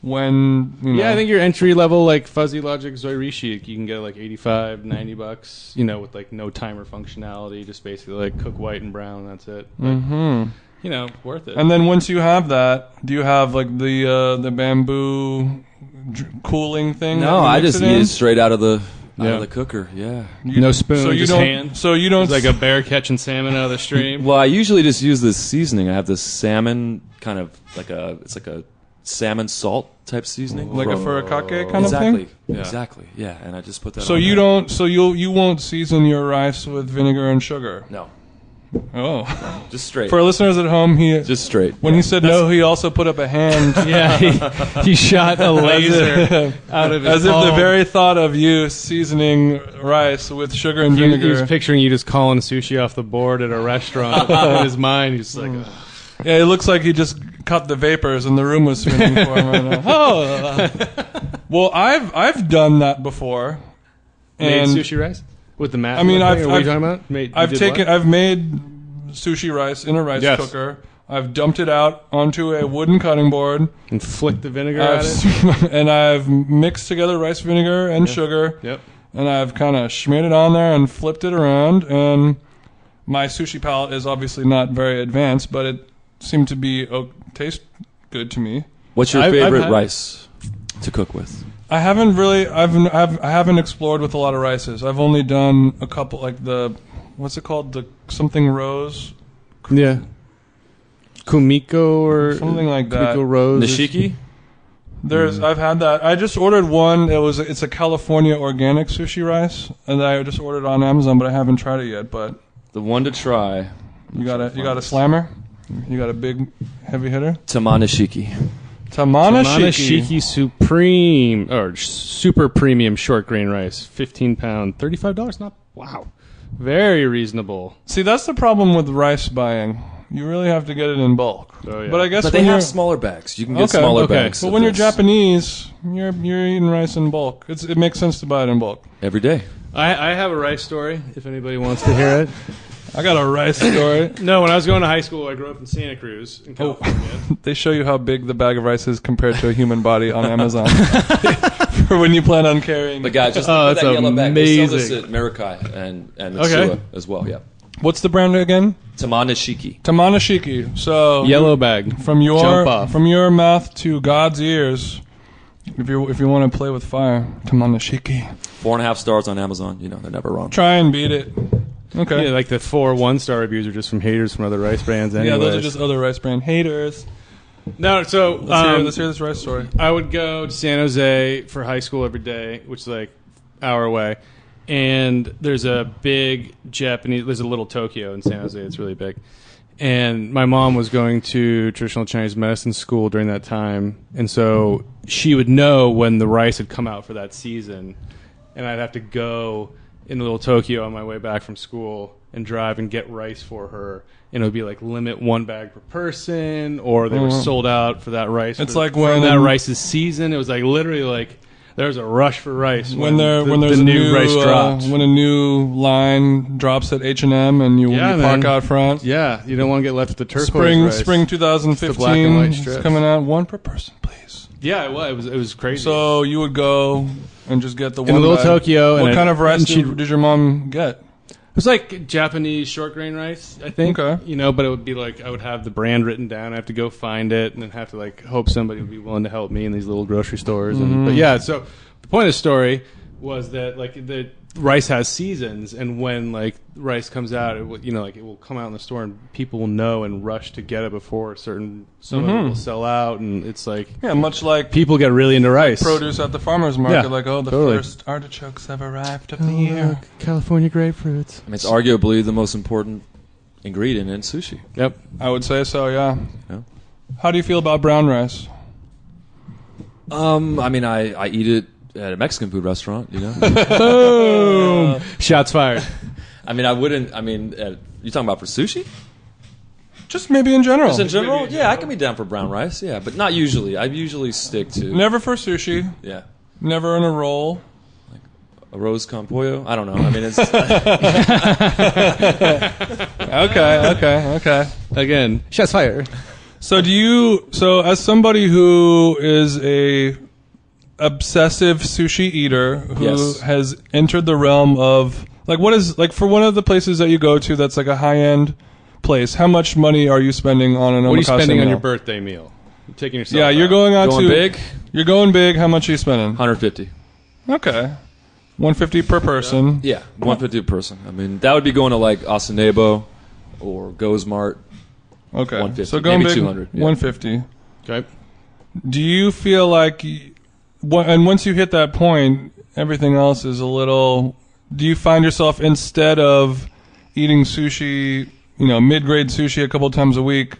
when you know. Yeah, I think your entry level like fuzzy logic Zoirishi, you can get like 85, 90 bucks, you know, with like no timer functionality, just basically like cook white and brown, that's it. Like, You know, worth it. Mm-hmm. And then once you have that, do you have like the uh, the bamboo dr- cooling thing? that No, you I mix just it in? eat it straight out of the out Yeah. of the cooker. Yeah. no spoon, so you just don't. hand. So you don't. it's like a bear catching <laughs> salmon out of the stream. Well, I usually just use this seasoning. I have this salmon kind of like a it's like a salmon salt type seasoning. like a from- furikake kind of exactly, thing. exactly. Yeah, and I just put that. So on you there. don't. So you'll you won't season your rice with vinegar and sugar. Oh, <laughs> No, just straight. for our listeners at home, he just straight. when he said no, he also put up a <laughs> hand <laughs> yeah, he, he shot <laughs> a laser out of his as if the palm. very thought of you seasoning rice with sugar and He, he was vinegar. picturing you just calling sushi off the board at a <laughs> restaurant. In his mind, he's like, Mm. "Ugh." yeah, it looks like he just caught the vapors and the room was spinning for him. Right now. <laughs> Oh, well, I've I've done that before. made And sushi rice with the mat. I mean, thing? I've- Or what are I've- you talking about? Made- you I've did taken what? I've made sushi rice in a rice Yes. cooker. I've dumped it out onto a wooden cutting board. and flicked the vinegar I've at it. s- <laughs> and I've mixed together rice vinegar and sugar. Yep. And I've kind of schmeared it on there and flipped it around. And my sushi palate is obviously not very advanced, but it seemed to be oh, taste good to me. What's your I've- I've favorite had- rice to cook with? I haven't really, I've, n- I've, I haven't explored with a lot of rices. I've only done a couple, like the, what's it called, the something rose, Yeah. Kumiko or something like that. Kumiko Rose. Nishiki. There's, I've had that. I just ordered one. It was, it's a California organic sushi rice, and I just ordered it on Amazon, but I haven't tried it yet. But The one to try, You got a you got a slammer. You got a big heavy hitter. Tamanashiki. Tamanashiki. Shiki Supreme or super premium short grain rice, fifteen pound, thirty five dollars. Not wow, very reasonable. See, that's the problem with rice buying. You really have to get it in bulk. Oh, yeah. But I guess But they when you're have smaller bags. You can get smaller okay. bags. But of when you're this Japanese, you're you're eating rice in bulk. It's, it makes sense to buy it in bulk. every day. I, I have a rice story if anybody wants <laughs> to hear it. I got a <coughs> rice story. No, when I was going to high school, I grew up in Santa Cruz in California. they show you how big the bag of rice is compared to a human body on <laughs> Amazon <laughs> for when you plan on carrying. The guy just Oh, look at that's that yellow bag. They sell this amazing. at Mirakai and and Okay. Mitsuya as well. Yeah, What's the brand again? Tamanashiki. Tamanashiki. So Yellow bag. from your Jump off. from your mouth to God's ears. If you if you want to play with fire, Tamanashiki. Four and a half stars on Amazon. You know they're never wrong. Try and beat it. Okay. Yeah, Yeah, like the four one star reviews are just from haters from other rice brands. Anyways. those are just other rice brand haters. no. So Let's, hear, um, let's hear this rice story. I would go to San Jose for high school every day, which is like hour away. And there's a big Japanese. There's a little Tokyo in San Jose. It's really big. And my mom was going to traditional Chinese medicine school during that time, and so she would know when the rice had come out for that season, and I'd have to go in little Tokyo on my way back from school and drive and get rice for her, and it would be like limit one bag per person, or they were sold out for that rice. Oh, It's for- like from when- that rice rice's season. It was like literally like there was a rush for rice When there the, when there's the a new, rice uh, dropped. when a new line drops at H and M and you, Yeah, you park man. out front. yeah, you don't want to get left with the turquoise Spring rice. spring black 2015 and white is strips. coming out one per person, please. Yeah, it was it was, it was crazy. So you would go and just get the In one Little bag. Tokyo, What and I- kind of rice and she'd- did, did your mom get? it was like Japanese short grain rice, I think. Okay. You know, but it would be like I would have the brand written down. I have to go find it, and then have to like hope somebody would be willing to help me in these little grocery stores. And Mm-hmm. but yeah, so the point of the story was that like the rice has seasons, and when like rice comes out, it will, you know, like it will come out in the store, and people will know and rush to get it before certain some Mm-hmm. of it will sell out, and it's like Yeah, much like people get really into rice. produce at the farmer's market, Yeah, like, oh, the totally. Oh, first artichokes have arrived of the year. California grapefruits. I mean, it's arguably the most important ingredient in sushi. Yep. I would say so, yeah. Yeah. How do you feel about brown rice? Um, I mean, I, I eat it at a Mexican food restaurant. <laughs> You know, Boom! Shots fired. I mean, I wouldn't. I mean, uh, you talking about for sushi? Just maybe in general. Just in general, yeah, I can be down for brown rice. Yeah, but not usually. I usually stick to Never for sushi. yeah. Never in a roll. A rose con pollo? I don't know. I mean, it's <laughs> Okay, okay, okay. Again, shots fired. So do you? So as somebody who is a obsessive sushi eater who Yes. has entered the realm of like what is like for one of the places that you go to that's like a high end place, how much money are you spending on an What are you omakase spending on meal? your birthday meal? You're taking yourself. Yeah, you're out. going on Going to big? You're going big. How much are you spending? 150. Okay, one fifty per person. Yeah, 150 a person. I mean, that would be going to like Asanebo or Gozmart. Okay, 150, so going maybe big, 200, yeah. One fifty. Okay. Do you feel like, y- wha- and once you hit that point, everything else is a little. Do you find yourself instead of eating sushi, you know, mid-grade sushi a couple times a week,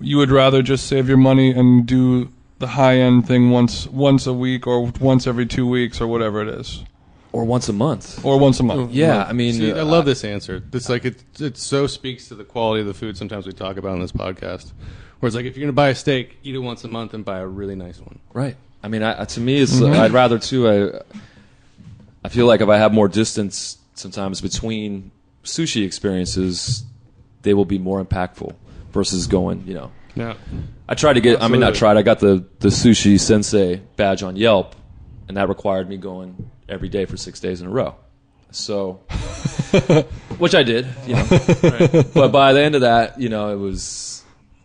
you would rather just save your money and do the high-end thing once once a week or once every two weeks or whatever it is, Or once a month. or once a month? Yeah, I mean, See, I love this answer. It's like it, it so speaks to the quality of the food. Sometimes we talk about on this podcast, where it's like if you're going to buy a steak, eat it once a month and buy a really nice one. Right. I mean, I, to me, it's I'd rather too. I I feel like if I have more distance sometimes between sushi experiences, they will be more impactful versus going. You know, Yeah. I tried to get. I mean, I Absolutely. tried. I got the the sushi sensei badge on Yelp, and that required me going every day for six days in a row. <laughs> So, which I did. You know, but by the end of that, you know, it was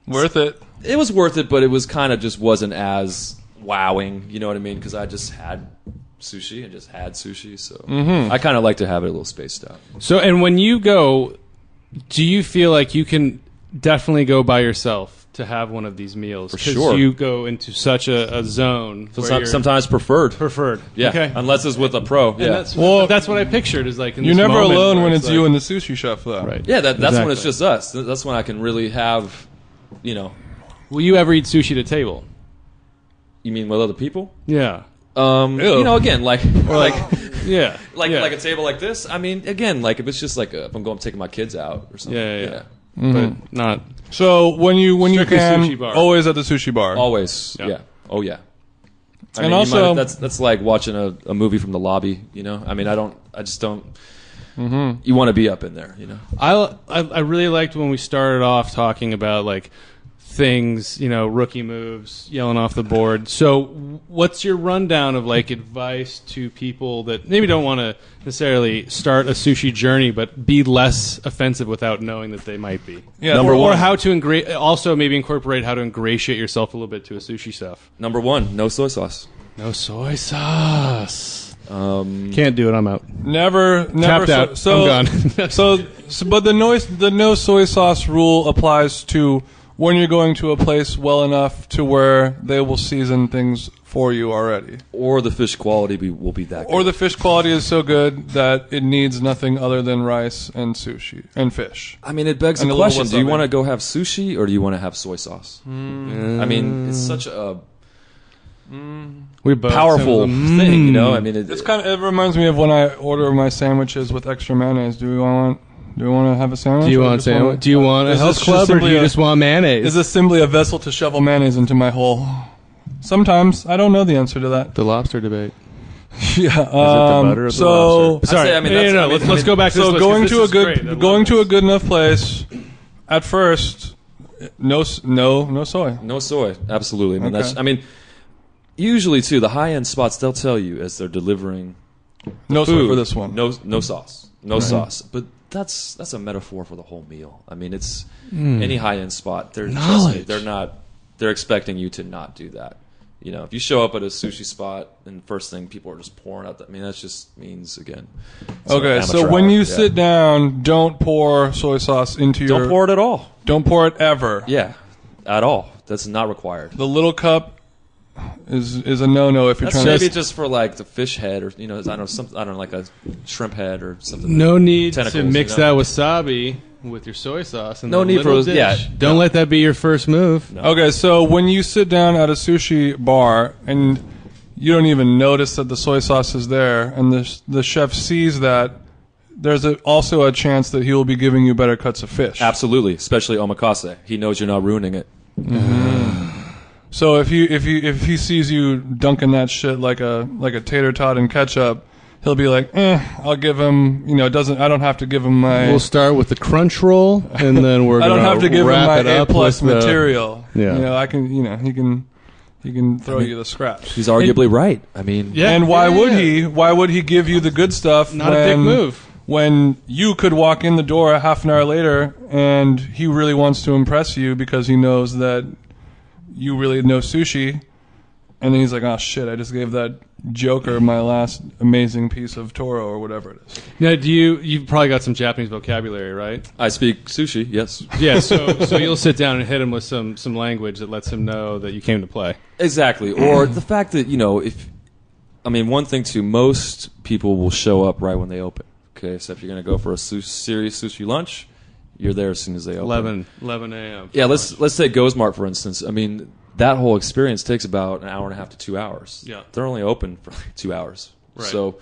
worth it. it was worth it, but it was kind of just wasn't as wowing. You know what I mean? Because I just had sushi and just had sushi, so Mm-hmm. I kind of like to have it a little spaced out. So, and when you go, do you feel like you can definitely go by yourself to have one of these meals? For sure. you go into such a, a zone. where Some, you're sometimes preferred, preferred. yeah, Okay. unless it's with a pro. Yeah, And that's, well, that's what I pictured. Is like in You're this never moment alone where when it's you like- and the sushi chef, though. Right. yeah, that, that's when it's Exactly. just us. Th- That's when I can really have, you know, Will you ever eat sushi to table? you mean with other people? Yeah. Um, Ew. you know, again, <laughs> like like. Yeah. Like, yeah. like a table like this. I mean, again, like if it's just like a, if I'm going taking my kids out or something. Yeah, yeah, yeah. Mm-hmm. but not. So when you when Strictly you can, sushi bar. always at the sushi bar. Always. Yeah. Yeah. um, Oh yeah. I And mean, you also- might- that's that's like watching a, a movie from the lobby. You know, I mean, I don't, I just don't. You want to be up in there, you know. I, I I really liked when we started off talking about like things, you know, rookie moves, yelling off the board. So, what's your rundown of like advice to people that maybe don't want to necessarily start a sushi journey, but be less offensive without knowing that they might be? Yeah. Number or, one. or how to ingra- also maybe incorporate how to ingratiate yourself a little bit to a sushi chef. Number one, no soy sauce. No soy sauce. Um, Can't do it. I'm out. Never, never. Tapped out. So, I'm so, gone. <laughs> so, but the noise, the no soy sauce rule applies to when you're going to a place well enough to where they will season things for you already, Or the fish quality be, will be that. or good. the fish quality is so good that it needs nothing other than rice and sushi and fish. I mean, it begs and a the little question: Do you wasabi. want to go have sushi or do you want to have soy sauce? I mean, it's such Mm. a We both powerful thing, you know. I mean, it, mm. It's kind of. It reminds me of when I order my sandwiches with extra mayonnaise. Do we want? Do we want to have a sandwich? Do you or want just wanna- sandwich? Do you want a Is health this club or do simply you a- just want mayonnaise? Is this simply a vessel to shovel mayonnaise into my hole? Sometimes I don't know the answer to that. <laughs> the lobster debate? Yeah. the um, butter or the so, lobster? Sorry, I mean, that's- no, no, I mean, let's, I let's mean- go back to so this list, 'cause going this to a is great. I good love going to a this. good enough place. At first, no s- no no soy. No soy, absolutely. I mean, that's, Okay. I mean, usually too, the high end spots they'll tell you as they're delivering No soy food for this one. No, no sauce, no sauce. But that's that's a metaphor for the whole meal. I mean, it's Mm. any high end spot. They're trust me, Knowledge. they're not. They're expecting you to not do that. You know, if you show up at a sushi spot and first thing people are just pouring out, that, I mean, that just means again. it's an Okay, so amateur when hour. you Yeah. sit down, don't pour soy sauce into your don't pour it at all. don't pour it ever. Yeah, at all. That's not required. The little cup is is a no no if you're That's trying maybe to just for like the fish head, or you know, I don't know, some, I don't know, like a shrimp head or something. No need to Tentacles, mix you know? that wasabi with your soy sauce and No that need for little those- dish. yeah. Don't let that be your first move. Okay, so when you sit down at a sushi bar and you don't even notice that the soy sauce is there, and the the chef sees that, there's a, also a chance that he will be giving you better cuts of fish. Absolutely, especially omakase. He knows you're not ruining it. So if you if you if he sees you dunking that shit like a like a tater tot in ketchup, he'll be like, eh, I'll give him. You know, it doesn't I don't have to give him my. We'll start with the crunch roll, and then we're <laughs> I gonna don't have to give him wrap my it A up plus with the- material. Yeah. You know, I can. You know, he can. He can throw you the scraps. He's arguably right. I mean, Yeah, and why yeah, would yeah. he? Why would he give you the good stuff? Not when, a dick move. When you could walk in the door a half an hour later, and he really wants to impress you because he knows that you really know sushi, and then he's like, "Oh shit! I just gave that joker my last amazing piece of toro or whatever it is." Now, do you? You've probably got some Japanese vocabulary, right? I speak sushi. Yes, Yeah. <laughs> So, so you'll sit down and hit him with some some language that lets him know that you came to play. exactly. Or the fact that you know, if I mean, one thing too, most people will show up right when they open. Okay, so if you're gonna go for a su- serious sushi lunch, you're there as soon as they open. 11, 11 a.m. Yeah, let's let's say Gozmart for instance. I mean, that whole experience takes about an hour and a half to two hours. Yeah. they're only open for like two hours. Right. So,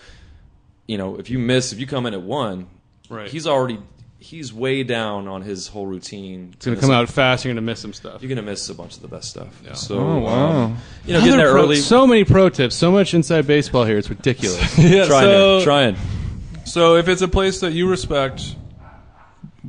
you know, if you miss, if you come in at one, Right. he's already he's way down on his whole routine. It's gonna come out fast. You're gonna miss some stuff. You're gonna miss a bunch of the best stuff. Yeah. So, Oh wow! um, you know, getting there Pro- early, So many pro tips. So much inside baseball here. It's <laughs> ridiculous. yeah, trying, so, it, trying. so if it's a place that you respect,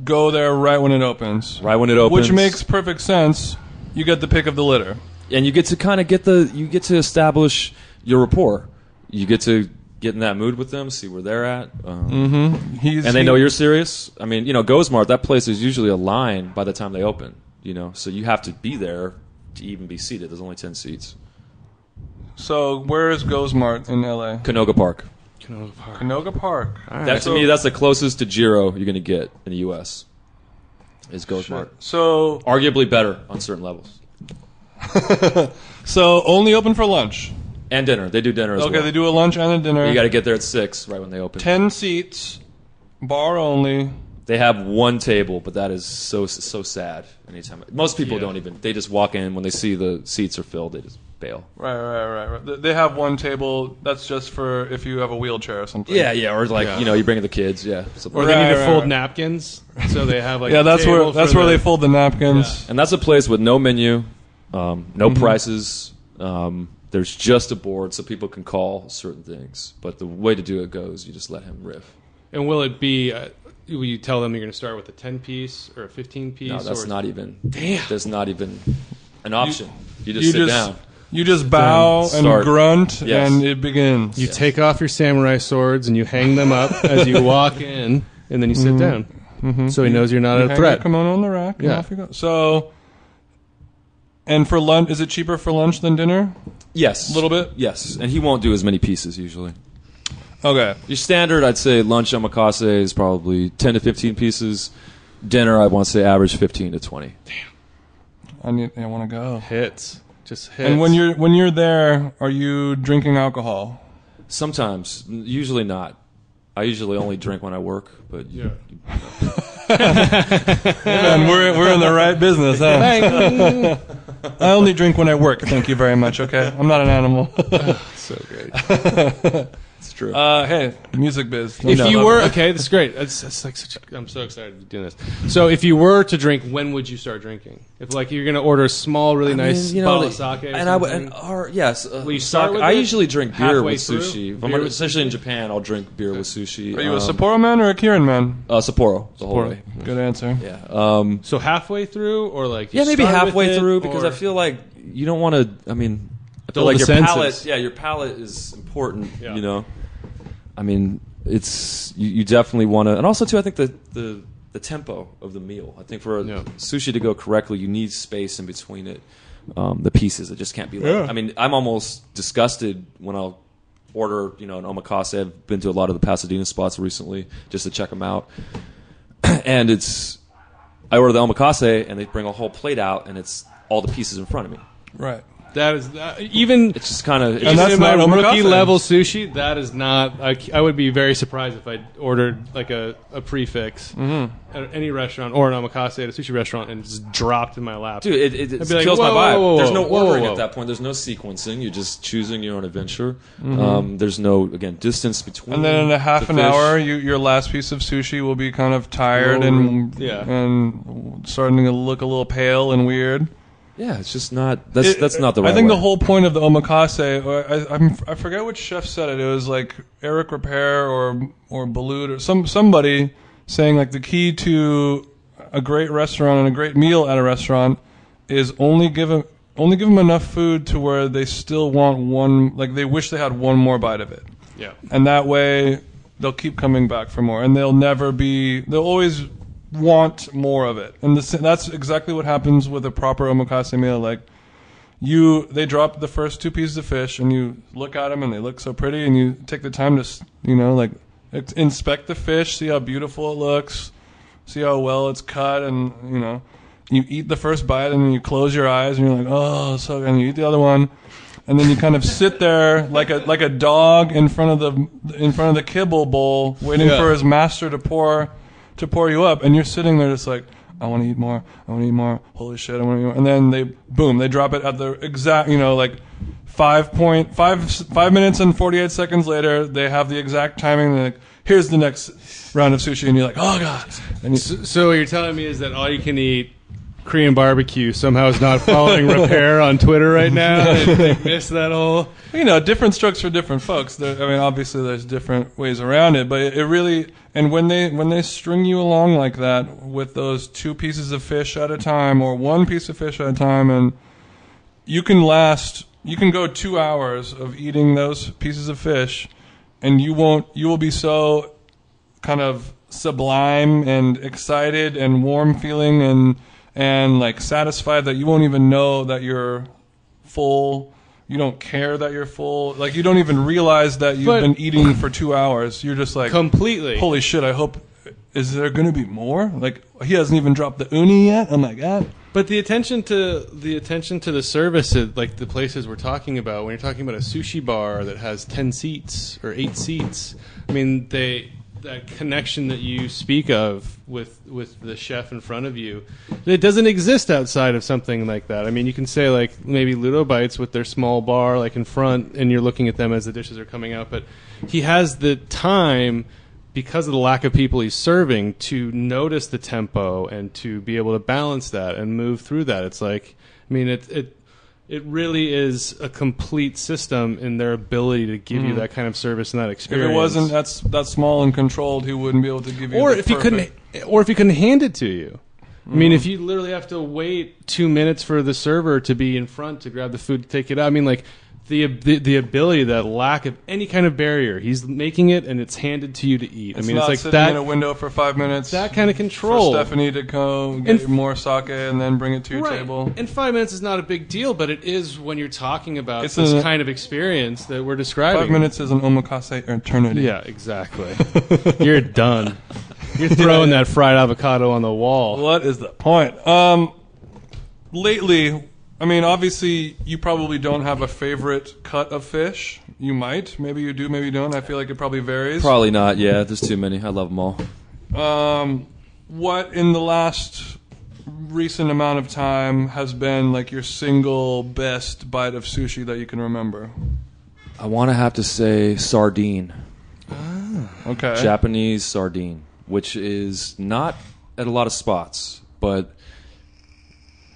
go there right when it opens. Right when it opens, Which makes perfect sense. You get the pick of the litter. and you get to kind of get the you get to establish your rapport. You get to get in that mood with them, see where they're at. Um, He's, and they he- know you're serious. I mean, you know, Gozmart, that place is usually a line by the time they open, you know, so you have to be there to even be seated. There's only 10 seats. So where is Gozmart in L.A.? Canoga Park. Canoga Park. That, to So- me, that's the closest to Giro you're going to get in the U.S. is Gozmart. So Arguably better on certain levels. so only open for lunch. And dinner. They do dinner as Okay, well. they do a lunch and a dinner. You got to get there at 6 right when they open. ten seats, bar only. They have one table, but that is so so sad. Anytime most people don't even they just walk in when they see the seats are filled, they just bail. Right, right, right, right. Th- They have one table that's just for if you have a wheelchair or something. Yeah, yeah, or like you know you bring the kids, yeah. something Or like they Right, need to right, fold right. napkins, so they have like yeah. a That's table where for that's where the- they fold the napkins. And that's a place with no menu, um, no prices. Um, there's just a board so people can call certain things. But the way to do it goes, you just let him riff. And will it be? Uh, will you tell them you're going to start with a ten piece or a fifteen piece? No, that's or not even. Damn. There's not even an option. You, just You sit just down. you just bow Done. and Start. grunt, Yes. and it begins. You take off your samurai swords and you hang them <laughs> up as you walk in, and then you sit down. So he knows you're not a Hang threat. your kimono on the rack. and Yeah. off you go. So. And for lunch, is it cheaper for lunch than dinner? Yes. A little bit. Yes. And he won't do as many pieces usually. Okay. Your standard, I'd say lunch omakase is probably 10 to 15 pieces. Dinner, I want to say average 15 to 20. I need. I want to go. Hits, just hits. And when you're when you're there, are you drinking alcohol? Sometimes, n- usually not. I usually only drink when I work, but yeah. And we're we're in the right business, huh? <laughs> I only drink when I work. Thank you very much. Okay, I'm not an animal. <laughs> so great. it's true. Uh, hey, music biz. If No, you no. were okay, that's great. That's, that's like such. A, I'm so excited to do this. So if you were to drink, when would you start drinking? If like you're going to order a small, really I mean, nice you know, bottle the- of sake, or and I would, something? and, or yes, uh, you start sake- with I it? usually drink beer Halfway with through? sushi. If Beer I'm with especially in Japan, I'll drink beer with sushi. Are you a Um, Sapporo man or a Kirin man? Uh, Sapporo, the whole way. Good answer. Yeah. Um, so halfway through, or like you yeah, maybe start with halfway it, through because or- I feel like you don't want to. I mean, I feel Dull like the your senses. palate. Yeah, your palate is important. Yeah. You know, I mean, it's you, you definitely want to, and also too, I think the the the tempo of the meal. I think for a Yeah. sushi to go correctly, you need space in between it. Um, the pieces, it just can't be. Like, Yeah. I mean, I'm almost disgusted when I'll order, you know, an omakase. I've been to a lot of the Pasadena spots recently just to check them out, <clears throat> and it's I order the omakase, and they bring a whole plate out, and it's all the pieces in front of me. Right. That is that, even It's just kind of. even that's in my not rookie overconfidence. level sushi. That is not. I, c- I would be very surprised if I ordered like a, a prefix Mm-hmm. at any restaurant or an omakase at a sushi restaurant and just dropped in my lap. Dude, it, it, it I'd be like, kills whoa, my vibe. whoa, whoa, there's whoa, no whoa, ordering whoa. at that point. There's no sequencing. You're just choosing your own adventure. Um, there's no again distance between. Mm-hmm. And then in a half the an fish. hour, you, your last piece of sushi will be kind of tired and Yeah. and starting to look a little pale and weird. Yeah, it's just not. That's that's not the right. I think way. the whole point of the omakase, or I, I'm, I forget which chef said it. It was like Eric Repair or or Balut or some somebody saying like the key to a great restaurant and a great meal at a restaurant is only give 'em- only give them enough food to where they still want one like they wish they had one more bite of it Yeah. and that way they'll keep coming back for more and they'll never be they'll always want more of it and this, that's exactly what happens with a proper omakase meal like you they drop the first two pieces of fish and you look at them and they look so pretty and you take the time to s- you know like ex- inspect the fish see how beautiful it looks see how well it's cut and you know you eat the first bite and then you close your eyes and you're like oh so good," and you eat the other one and then you kind of sit there like a like a dog in front of the in front of the kibble bowl waiting Yeah. for his master to pour to pour you up and you're sitting there just like I want to eat more. I want to eat more. Holy shit! I want to eat more. And then they boom, they drop it at the exact you know like five point five five minutes and forty eight seconds later they have the exact timing. They're like here's the next round of sushi and you're like oh god and you, So what you're telling me is that all you can eat Korean barbecue somehow is not following repair on Twitter right now. They, they missed that whole. you know, different strokes for different folks. There, I mean, obviously, there's different ways around it, but it, it really and when they when they string you along like that with those two pieces of fish at a time or one piece of fish at a time, and you can last, you can go two hours of eating those pieces of fish, and you won't, you will be so kind of sublime and excited and warm feeling and and like satisfied that you won't even know that you're full. You don't care that you're full. Like you don't even realize that you've But- been eating for two hours. You're just like Completely. Holy shit! I hope. Is there going to be more? Like he hasn't even dropped the uni yet. Oh my god! But the attention to the attention to the service, at, like the places we're talking about, when you're talking about a sushi bar that has ten seats or eight seats, I mean, they that connection that you speak of with with the chef in front of you, it doesn't exist outside of something like that. I mean, you can say like maybe Ludo Bites with their small bar like in front, and you're looking at them as the dishes are coming out, but he has the time because of the lack of people he's serving to notice the tempo and to be able to balance that and move through that it's like i mean it it it really is a complete system in their ability to give you that kind of service and that Mm. If experience it wasn't that's that small and controlled, he wouldn't be able to give you. or the if he couldn't perfect- Mm. or if he couldn't hand it to you I mean, if you literally have to wait two minutes for the server to be in front to grab the food to take it out, I mean, like the the, the ability, that lack of any kind of barrier, he's making it and it's handed to you to eat. I mean, not it's like sitting that in a window for five minutes. that kind of Mm. for control. Stephanie to go get And- you more sake and then bring it to your Right. table. And five minutes is not a big deal, but it is when you're talking about It's this a- kind of experience that we're describing. Five minutes is an omakase eternity. Yeah, exactly. <laughs> you're done. You're throwing that fried avocado on the wall. What is the point? Um, lately, I mean, obviously, you probably don't have a favorite cut of fish. You might, maybe you do, maybe you don't. I feel like it probably varies. Probably not. Yeah, there's too many. I love them all. um, what in the last recent amount of time has been like your single best bite of sushi that you can remember? I want to have to say sardine, Okay. Japanese sardine, which is not at a lot of spots, but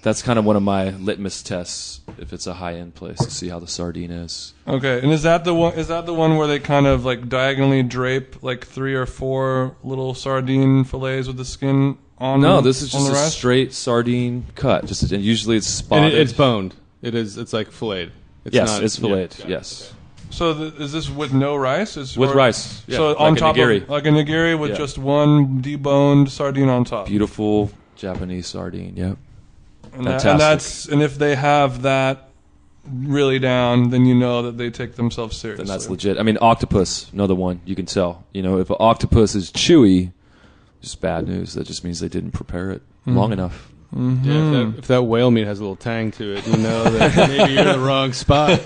that's kind of one of my litmus tests if it's a high end place to see how the sardine is. Okay, and is that the one? Is that the one where they kind of like diagonally drape like three or four little sardine fillets with the skin on? No, this is Mm-hmm. on just the a rest? straight sardine cut. Just and usually it's And spotted. it, it's boned. It is. It's like filleted. It's yes, not, it's filleted. yeah. Yes, So th- is this with no rice? It's with or- rice. yeah, So like on a top nigiri. of like a nigiri with Yeah. just one deboned sardine on top. beautiful Japanese sardine. Yep. And, that- fantastic. and that's and if they have that really down, then you know that they take themselves seriously. Then that's legit. I mean, octopus, another one you can tell. You know, Mm. if an octopus is chewy, just bad news. That just means they didn't prepare it long enough. Yeah, Hmm. if, that, if that whale meat has a little tang to it, you know <laughs> that maybe you're in the wrong spot.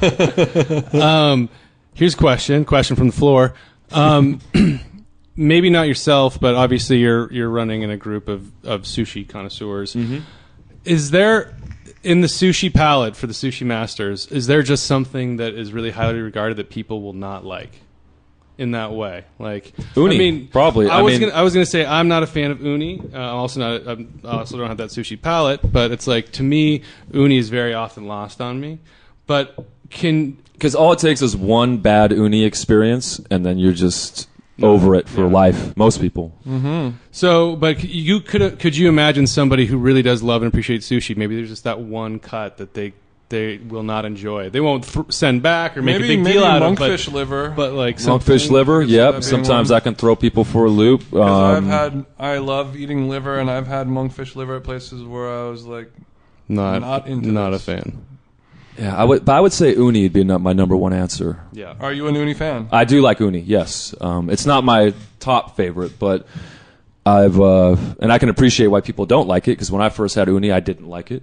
Um, here's a question. Question from the floor. Um, <clears throat> maybe not yourself, but obviously you're you're running in a group of of sushi connoisseurs. Mm-hmm. Is there in the sushi palette for the sushi masters? Is there just something that is really highly regarded that people will not like? In that way, like Uni, I mean, probably. I, I was mean- gonna, I was gonna say I'm not a fan of uni. Uh, I'm also not. I'm, I also don't have that sushi palate. But it's like to me, uni is very often lost on me. But can Because all it takes is one bad uni experience, and then you're just over it for yeah. life. Most people. Mm. So, but c- you could could you imagine somebody who really does love and appreciate sushi? Maybe there's just that one cut that they they will not enjoy. They won't th- send back or make Maybe a big maybe deal out monkfish of. liver. But, but like some Monkfish liver. that'd Yep. be Sometimes one. I can throw people for a loop. Um, Because I've had, I love eating liver, and I've had monkfish liver at places where I was like, not Not into not this. a fan. yeah, I would. But I would say uni would be not my number one answer. Yeah. "Are you an uni fan?" I do like uni. Yes. Um, it's not my top favorite, but I've uh, and I can appreciate why people don't like it because when I first had uni, I didn't like it.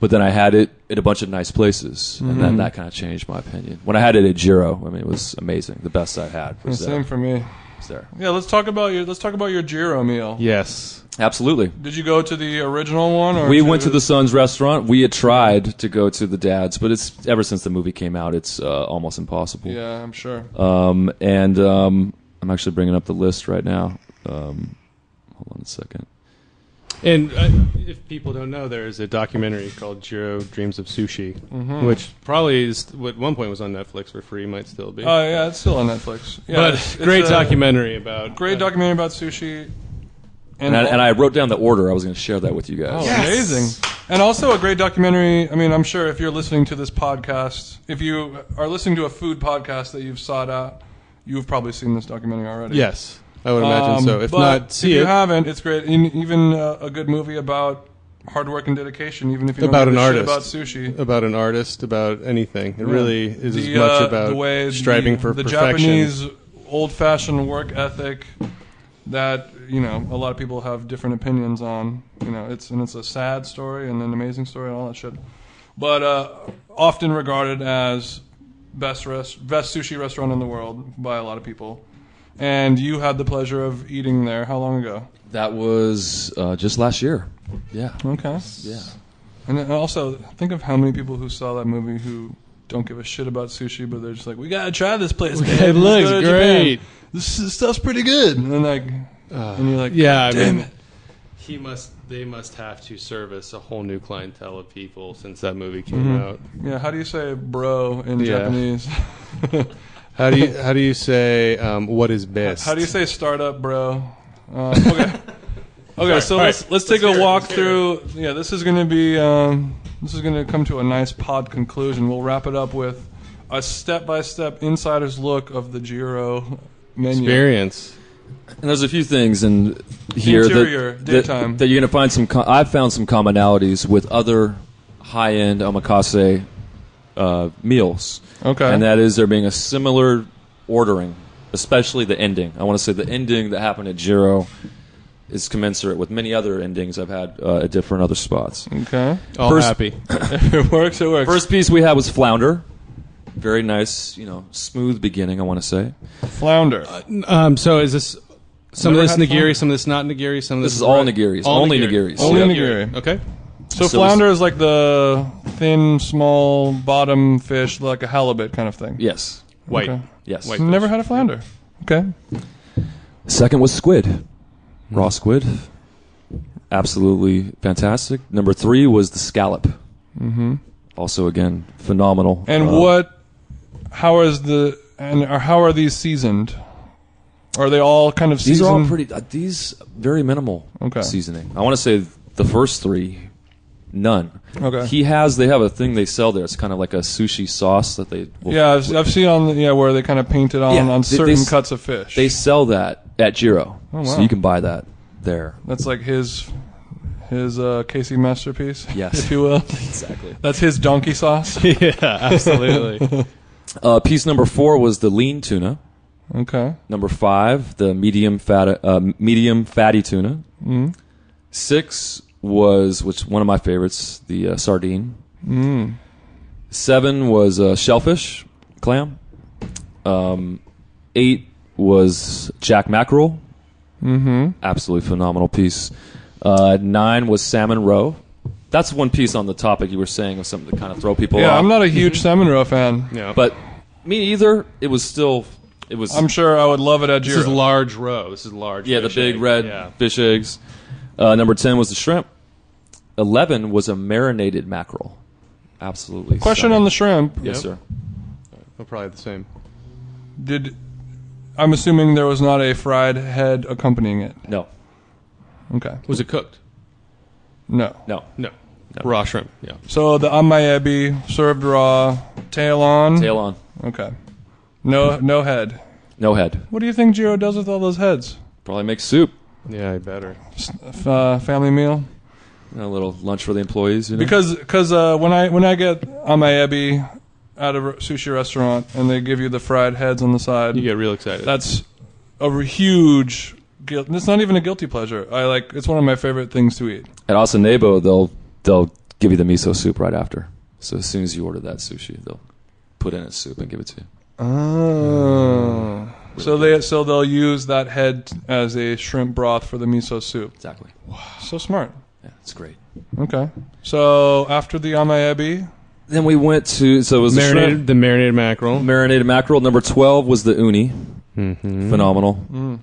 But then I had it at a bunch of nice places, and Mm-hmm. then that kind of changed my opinion. When I had it at Giro, I mean, it was amazing. The best I had was there. Same for me. was there. Yeah, let's talk about your let's talk about your Giro meal. Yes. Absolutely. Did you go to the original one? Or We went to the Sun's restaurant. We had tried to go to the dad's, but it's ever since the movie came out, it's uh, almost impossible. Yeah, I'm sure. Um, and um, I'm actually bringing up the list right now. Um, hold on a second. And uh, if people don't know, there is a documentary called Jiro Dreams of Sushi, Mm-hmm. which probably is at one point was on Netflix for free, might still be. Oh yeah, it's still on Netflix. Yeah, but it's- it's great a documentary about uh, Great documentary about sushi. And I, and I wrote down the order. I was going to share that with you Oh, guys. Yes. amazing. And also a great documentary. I mean, I'm sure if you're listening to this podcast, if you are listening to a food podcast that you've sought out, you've probably seen this documentary already. Yes, I would imagine Um, so. If but not, see if you it. haven't, it's great. And even uh, a good movie about hard work and dedication, even if you About don't give an a artist. Shit about sushi. about an artist, about anything. It really is the, as much uh, about the way striving the, for the perfection. Japanese old-fashioned work ethic that you know a lot of people have different opinions on. You know, it's and it's a sad story and an amazing story and all that shit, but uh, often regarded as best rest, best sushi restaurant in the world by a lot of people. And you had the pleasure of eating there. How long ago? That was uh, just last year. Yeah. Okay. Yeah. And then also, think of how many people who saw that movie who don't give a shit about sushi, but they're just like, we gotta try this place. <laughs> Man. <laughs> It Let's looks go to uh, Japan. great. Uh, This is- stuff's pretty good. And then like, and you're like, Yeah, I damn mean, it. he must. They must have to service a whole new clientele of people since that movie came out. Yeah, how do you say bro in Yeah. Japanese? <laughs> How do you How do you say um, what is best? How do you say startup, bro? <laughs> Uh, okay. Okay, so All right. let's, let's take Let's a hear it. walk Let's hear through. Yeah, this is going to be um, this is going to come to a nice pod conclusion. We'll wrap it up with a step by step insider's look of the Giro menu. experience? And there's a few things in here Interior, that, daytime. that that you're going to find some. Com- I've found some commonalities with other high-end omakase uh, meals. Okay. And that is there being a similar ordering, especially the ending. I want to say the ending that happened at Jiro is commensurate with many other endings I've had uh, at different other spots. Okay. All First- <laughs> happy. if it works, it works. First piece we had was flounder. Very nice, you know, smooth beginning. I want to say flounder. Uh, Um, so is this some Never of this had fun. nigiri, some of this not nigiri, some of this, this is all nigiris, only nigiris. Only Yeah. nigiri. Okay. So, so flounder is like the thin, small bottom fish, like a halibut kind of thing. Yes, White. Okay. yes. Wait. Never had a flounder. Okay. Second was Hmm. squid, raw squid, absolutely fantastic. Number three was the scallop, mm-hmm. also again phenomenal. And Uh, what? How is the and or how are these seasoned? Are they all kind of These seasoned? are all pretty. Uh, these very minimal Okay. seasoning. I want to say the first three, none. Okay. He has. They have a thing they sell there. It's kind of like a sushi sauce that they. will- yeah, I've, I've seen on the, yeah where they kind of paint it on Yeah, on they- they certain s- cuts of fish. They sell that at Jiro, Oh, wow. so you can buy that there. That's like his his uh, Casey masterpiece, <laughs> Yes. if you will. <laughs> Exactly. That's his donkey <laughs> sauce. yeah, <laughs> absolutely. Uh, piece number four was the lean tuna. Okay. Number Mm. five, the medium fat, uh, medium fatty tuna. Six was which one of my favorites, the uh, sardine. Mm. Seven was uh, shellfish, clam. Um, eight was jack mackerel. Mm-hmm. Absolutely phenomenal piece. Uh, nine was salmon roe. That's one piece on the topic you were saying of something to kind of throw people Yeah, off. I'm not a Mm-hmm. huge salmon roe fan. Yeah. But me either. It was still. It was. I'm sure I would love it at this is Jiro. large row. This is large. Yeah, the fish big egg. red Yeah. fish eggs. Uh, number ten was the shrimp. Eleven was a marinated mackerel. Absolutely. Question on the shrimp. Yes, Yep. sir. Well, probably the same. Did I'm assuming there was not a fried head accompanying it. No, Okay. Was it cooked? No. no. No. Raw shrimp. Yeah. So the amayebi served raw, tail on. Tail on. Okay. No no head. No head. What do you think Jiro does with all those heads? Probably make soup. Yeah, I better. F- uh, family meal? A little lunch for the employees. You know? Because cause, uh, when I when I get amayebi at a r- sushi restaurant and they give you the fried heads on the side, You get real excited. that's a r- huge guilt. It's not even a guilty pleasure. I like it's one of my favorite things to eat. at Asanebo, they'll they'll give you the miso soup right after. So as soon as you order that sushi, they'll put in a soup and give it to you. Oh. So they so they'll use that head as a shrimp broth for the miso soup. Exactly. So smart. Yeah, it's great. Okay. So after the amayebi, Then we went to so it was the shrimp. marinated the marinated mackerel. marinated mackerel. Number 12 was the uni. Phenomenal.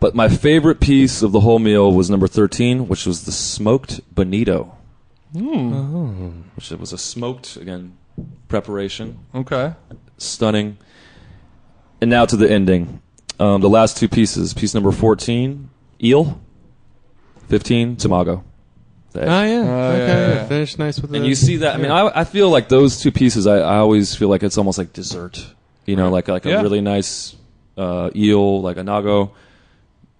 But my favorite piece of the whole meal was number 13, which was the smoked bonito. Which it was a smoked, again, preparation. okay. Stunning. And now to the ending. Um, the last two pieces. Piece number 14, eel. 15, tamago. The egg. Oh yeah. Oh, okay. yeah, yeah. Finish nice with the. And you see that. I mean, I, I feel like those two pieces. I, I always feel like it's almost like dessert. You know, like like Yeah. a really nice uh, eel, like a nago.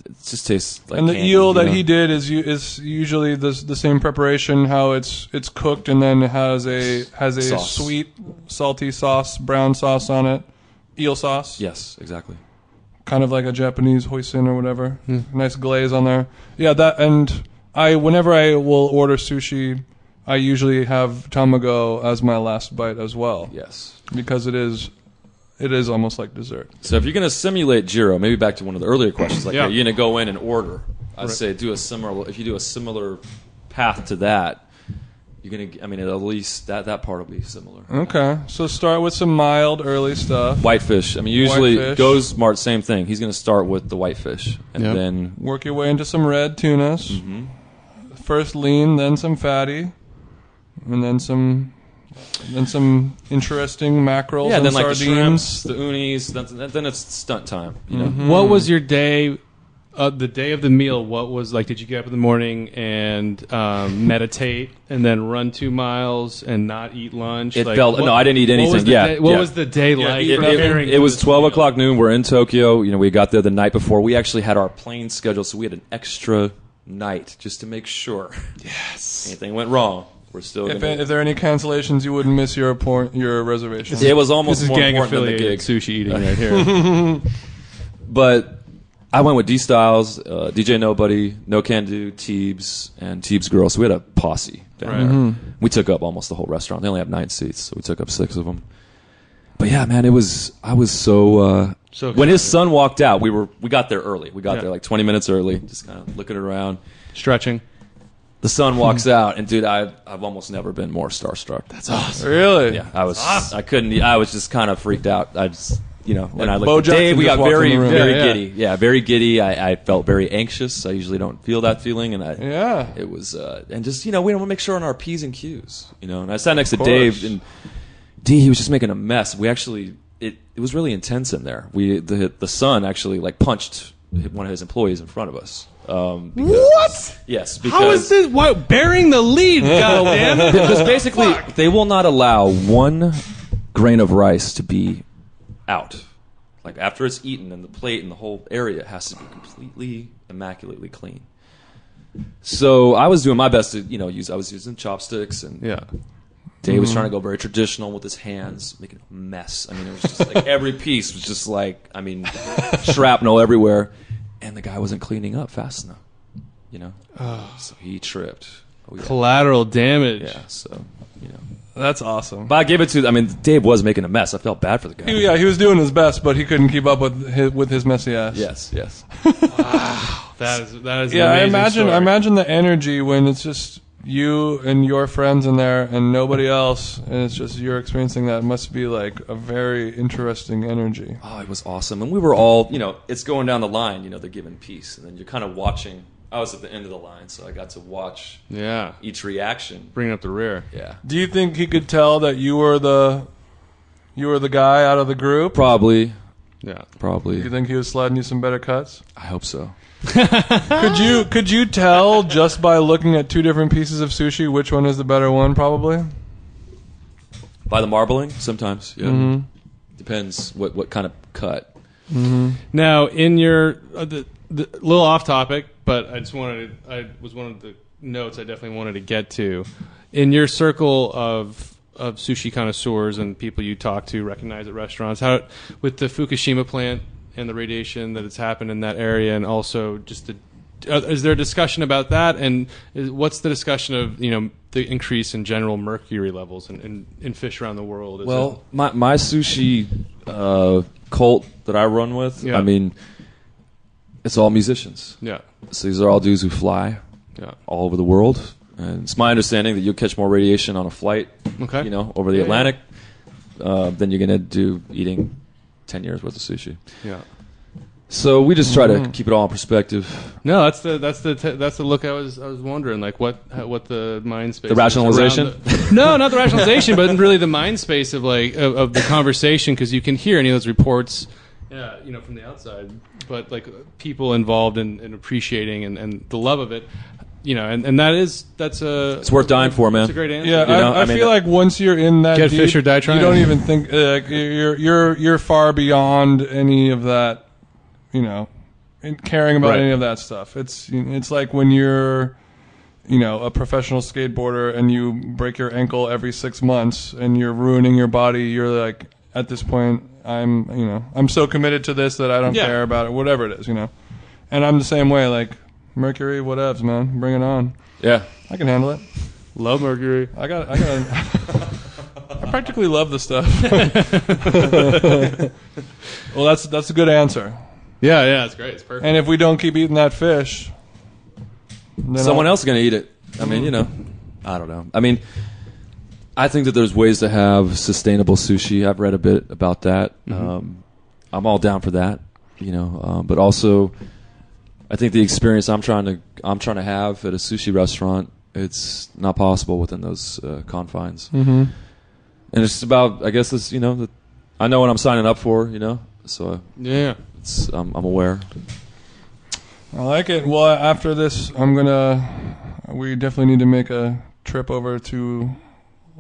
It just tastes like and the candy, eel you that know? he did is u- is usually the s- the same preparation. How it's it's cooked and then it has a has a Sauce. sweet salty sauce, brown sauce on it, eel sauce. Yes, exactly. kind of like a Japanese hoisin or whatever. Hmm. Nice glaze on there. Yeah, that and I whenever I will order sushi, I usually have tamago as my last bite as well Yes. because it is it is almost like dessert. So if you're gonna simulate Jiro, maybe back to one of the earlier questions, like Yeah. are you gonna go in and order? I'd say do a similar. If you do a similar path to that, you're gonna. I mean, at least that that part will be similar. Okay. So start with some mild early stuff. Whitefish. I mean, usually Whitefish. goes smart. Same thing. He's gonna start with the whitefish, and Yep. then Work your way into some red tunas. Mm-hmm. First lean, then some fatty, and then some then some interesting mackerels Yeah, and then like the shrimps, sardines. the unis, then, then it's stunt time. You know, What was your day? Uh, the day of the meal, what was like? Did you get up in the morning and um, meditate, and then run two miles and not eat lunch? It like, felt- no, I didn't eat What was anything. the Yeah, day, what yeah. was the day like? It- it, preparing it for was this twelve meal? o'clock noon. We're in Tokyo. You know, we got there the night before. We actually had our plane scheduled, so we had an extra night just to make sure. Yes, anything went wrong, we're still. If, gonna, if there are any cancellations, you wouldn't miss your appoint- your reservation. it was almost This is more gang important than the affiliated gig. <laughs> sushi eating right here. But I went with D Styles, uh, DJ Nobody, No Can Do, Teebs, and Teebs Girl. So we had a posse down Right. there. We took up almost the whole restaurant. They only have nine seats, so we took up six of them. But yeah, man, it was. I was so. Uh, So when his son walked out, we were we got there early. We got Yeah. there like twenty minutes early, just kind of looking around. <laughs> Stretching. The son walks out, and dude, I I've almost never been more starstruck. That's awesome. Really? Yeah, I was. I couldn't. e, I was just kind of freaked out. I just, you know, when I Bo looked at Jackson Dave, we just got walked in very, the room. very Yeah, yeah. giddy. Yeah, very giddy. I, I felt very anxious. I usually don't feel that feeling, and I. Yeah. It was, uh, and just you know, we want to make sure on our p's and q's. You know, and I sat next to course. Dave and D. He was just making a mess. We actually, it it was really intense in there. We the the son actually like punched one of his employees in front of us. Um, because- What? Yes. Because How is this? What bearing the <laughs> lead? Goddamn it! because basically they will not allow one grain of rice to be out. Like after it's eaten and the plate and the whole area has to be completely immaculately clean. So I was doing my best to, you know, use I was using chopsticks and Yeah. Dave was trying to go very traditional with his hands, making a mess. I mean, it was just like <laughs> every piece was just like I mean, shrapnel everywhere, and the guy wasn't cleaning up fast enough. you know. So he tripped. Oh, yeah. Collateral damage. yeah, so you know. That's awesome. But I gave it to. I mean, Dave was making a mess. I felt bad for the guy. He, yeah, he was doing his best, but he couldn't keep up with his, with his messy ass. Yes, yes. That is that is. an Yeah, I amazing imagine. story. I imagine the energy when it's just you and your friends in there and nobody else, and it's just you're experiencing that. It must be like a very interesting energy. Oh, it was awesome. And we were all, you know, it's going down the line, you know, they're giving peace. And then you're kind of watching. I was at the end of the line, so I got to watch Yeah, each reaction. bringing up the rear. Yeah. Do you think he could tell that you were the you were the guy out of the group? Do Probably. Yeah. Probably. you think he was sliding you some better cuts? I hope so. Could you could you tell just by looking at two different pieces of sushi which one is the better one? Probably. By the marbling? Sometimes, yeah. Depends what, what kind of cut. Now, in your uh, the, the little off topic, but I just wanted to, I was one of the notes I definitely wanted to get to. In your circle of of sushi connoisseurs and people you talk to, recognize at restaurants, how with the Fukushima plant and the radiation that has happened in that area, and also just the uh, is there a discussion about that? And is, what's the discussion of you know the increase in general mercury levels in, in, in fish around the world? Is it- Well, my, my sushi uh, cult that I run with, Yeah. I mean, it's all musicians. yeah, So these are all dudes who fly yeah, all over the world. And it's my understanding that you'll catch more radiation on a flight okay, you know, over the Yeah, Atlantic, uh, then you're gonna do eating ten years worth of sushi. yeah. So we just try Mm-hmm. to keep it all in perspective. No, that's the that's the te- that's the look I was I was wondering like what how- what the mind space The is rationalization? around the- no, not the rationalization, but really the mind space of like of, of the conversation because you can hear any of those reports, uh, you know, from the outside. But like people involved in, in appreciating and, and the love of it, you know, and, and that is that's a It's worth dying for, man. It's a great answer. Yeah, You know, I, I, I mean, feel like once you're in that Get deep, fish or die trying. You don't even think uh, like, you're you're you're far beyond any of that. You know, in caring about Right. any of that stuff. It's it's like when you're. You know, a professional skateboarder, and you break your ankle every six months, and you're ruining your body. You're like, at this point, I'm, you know, I'm so committed to this that I don't Yeah. care about it, whatever it is, you know. And I'm the same way, like Mercury, whatevs, man, bring it on. yeah, I can handle it. Love Mercury. I got. I got. I practically love the <laughs> stuff. well, that's that's a good answer. Yeah, yeah, it's great. It's perfect. And if we don't keep eating that fish, then someone I'll- else is gonna eat it. I mean, you know, I don't know. I mean, I think that there's ways to have sustainable sushi. I've read a bit about that. Um, I'm all down for that, you know. Um, but also, I think the experience I'm trying to I'm trying to have at a sushi restaurant it's not possible within those uh, confines. Mhm. and it's about I guess it's you know the, I know what I'm signing up for you know so yeah, it's I'm, I'm aware I like it. Well, after this, I'm gonna. We definitely need to make a trip over to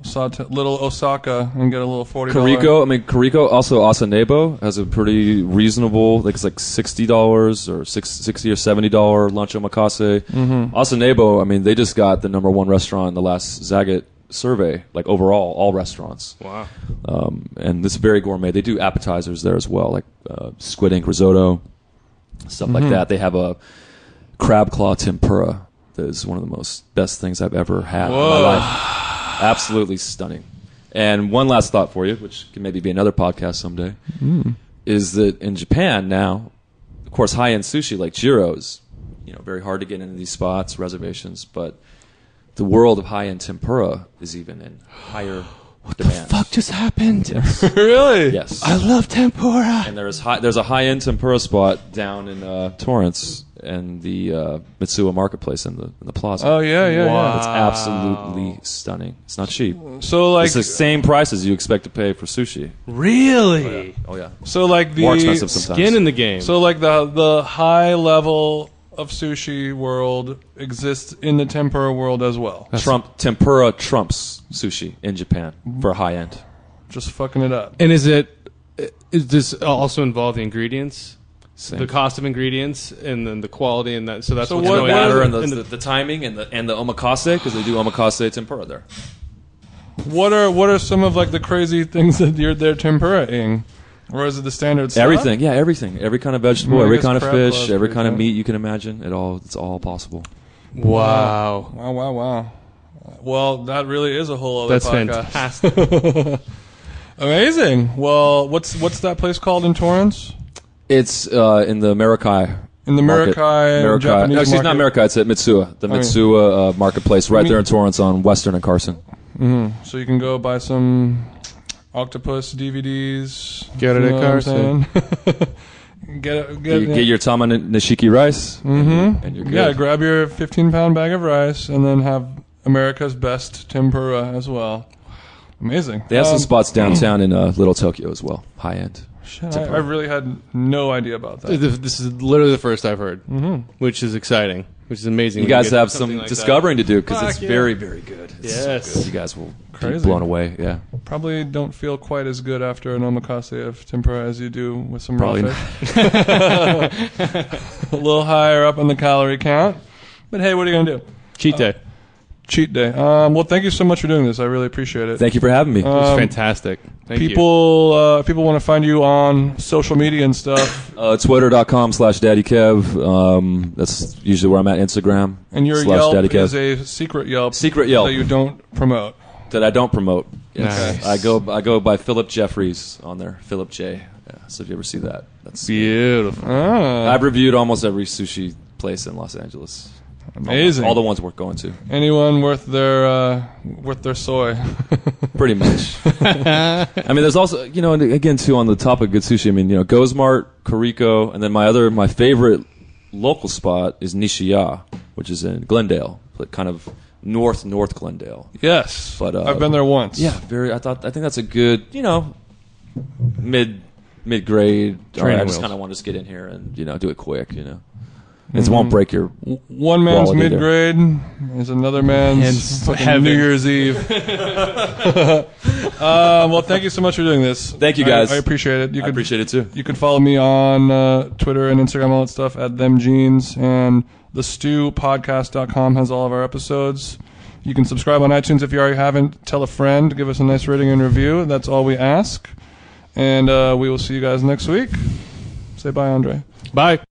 Osata, little Osaka and get a little forty. Kariko I mean Kariko also Asanebo has a pretty reasonable like it's like sixty dollars or six, 60 or seventy dollar lunch omakase mm-hmm. Asanebo I mean they just got the number one restaurant in the last Zagat survey like overall all restaurants wow. um, and it's very gourmet. They do appetizers there as well, like uh, squid ink risotto, stuff like that. They have a crab claw tempura that is one of the most best things I've ever had in my life. Absolutely stunning. And one last thought for you, which can maybe be another podcast someday, Hmm. is that in Japan now, of course, high end sushi like Jiro's, you know, very hard to get into these spots, reservations, but the world of high end tempura is even in <gasps> higher demand. just happened. <laughs> really? Yes. love tempura. and there's high, there's a high end tempura spot down in uh, Torrance and the uh, Mitsuo Marketplace in the in the plaza. Oh yeah, yeah, Wow. It's absolutely stunning. It's not cheap. yeah. So like, it's the same price as you expect to pay for sushi. Really? Oh yeah, so like the more expensive sometimes. Skin in the game. So like the the high level of sushi world exists in the tempura world as well. Trump tempura trumps sushi in Japan for high end. Just fucking it up. And is it is this also involve the ingredients, Same. the cost of ingredients, and then the quality and that? So that's So what's what- going what on. is batter it- and the, in the, the timing and the and the omakase because they do omakase tempura there. What are what are some of like the crazy things that you're there tempura-ing? Or is it the standard stuff? Everything, yeah, everything, every kind of vegetable, Yeah, I every guess kind of crab claw fish, is every pretty kind of good. meat you can imagine. It all it's all possible. Wow. Wow, wow, wow. Well, that really is a whole other That's podcast. fantastic. <laughs> Amazing. Well, what's what's that place called in Torrance? It's uh, in the Marikai. In the market. Marikai, Marikai. Japanese No, excuse me, not market. Oh, Marikai. It's at Mitsuya, the Mitsuya uh, marketplace, right there in Torrance on Western and Carson. So you can go buy some octopus DVDs. Get it You at know what I'm Carson. saying? <laughs> get it, get, You get your tama nishiki rice, mm-hmm. and you're good. yeah. Grab your 15 pound bag of rice and then have America's best tempura as well. Amazing. They have Um, some spots downtown in uh, Little Tokyo as well, high end. shit, I, I really had no idea about that. This this is literally the first I've heard, which is exciting, which is amazing. You when guys get have something some like that. discovering to do because it's Fuck yeah. very, very good. It's so Yes. good. you guys will be Crazy. blown away. Yeah, Probably don't feel quite as good after an omakase of tempura as you do with some Probably raw fish. <laughs> <laughs> a little higher up on the calorie count. But hey, what are you going to do? Cheat day. Cheat day. Um, well, thank you so much for doing this. I really appreciate it. thank you for having me. It's um, fantastic. Thank you. people, uh, if people want to find you on social media and stuff. Uh, Twitter.com slash Daddy Kev. Um, that's usually where I'm at. Instagram And your slash Daddy Yelp is Kev. a secret Yelp. Secret Yelp. That you don't promote. that I don't promote. Yes. Nice. I go I go by Philip Jeffries on there. Philip J. Yeah, so if you ever see that, that's Beautiful. Ah, I've reviewed almost every sushi place in Los Angeles. amazing. All the ones worth going to, Anyone worth their, uh, worth their soy. <laughs> pretty much. I mean, there's also you know, and again too on the topic of good sushi. I mean, you know, Gozmart, Kariko, and then my other my favorite local spot is Nishiya, which is in Glendale, like kind of north north Glendale. yes. But, uh, I've been there once. Yeah, very. I thought. I think that's a good. You know, mid mid grade. Training I just wheels. kind of want to just get in here and you know do it quick. You know, it won't break your. One man's Quality mid there. grade is another man's Man's fucking heaven. New Year's Eve. <laughs> um, well, thank you so much for doing this. Thank you, I- guys. I, appreciate it. You I could, appreciate it too. You can follow me on uh, Twitter and Instagram, all that stuff at them jeans and the stew podcast.com has all of our episodes. You can subscribe on iTunes if you already haven't. Tell a friend. Give us a nice rating and review. That's all we ask. And uh, we will see you guys next week. Say bye, Andre. Bye.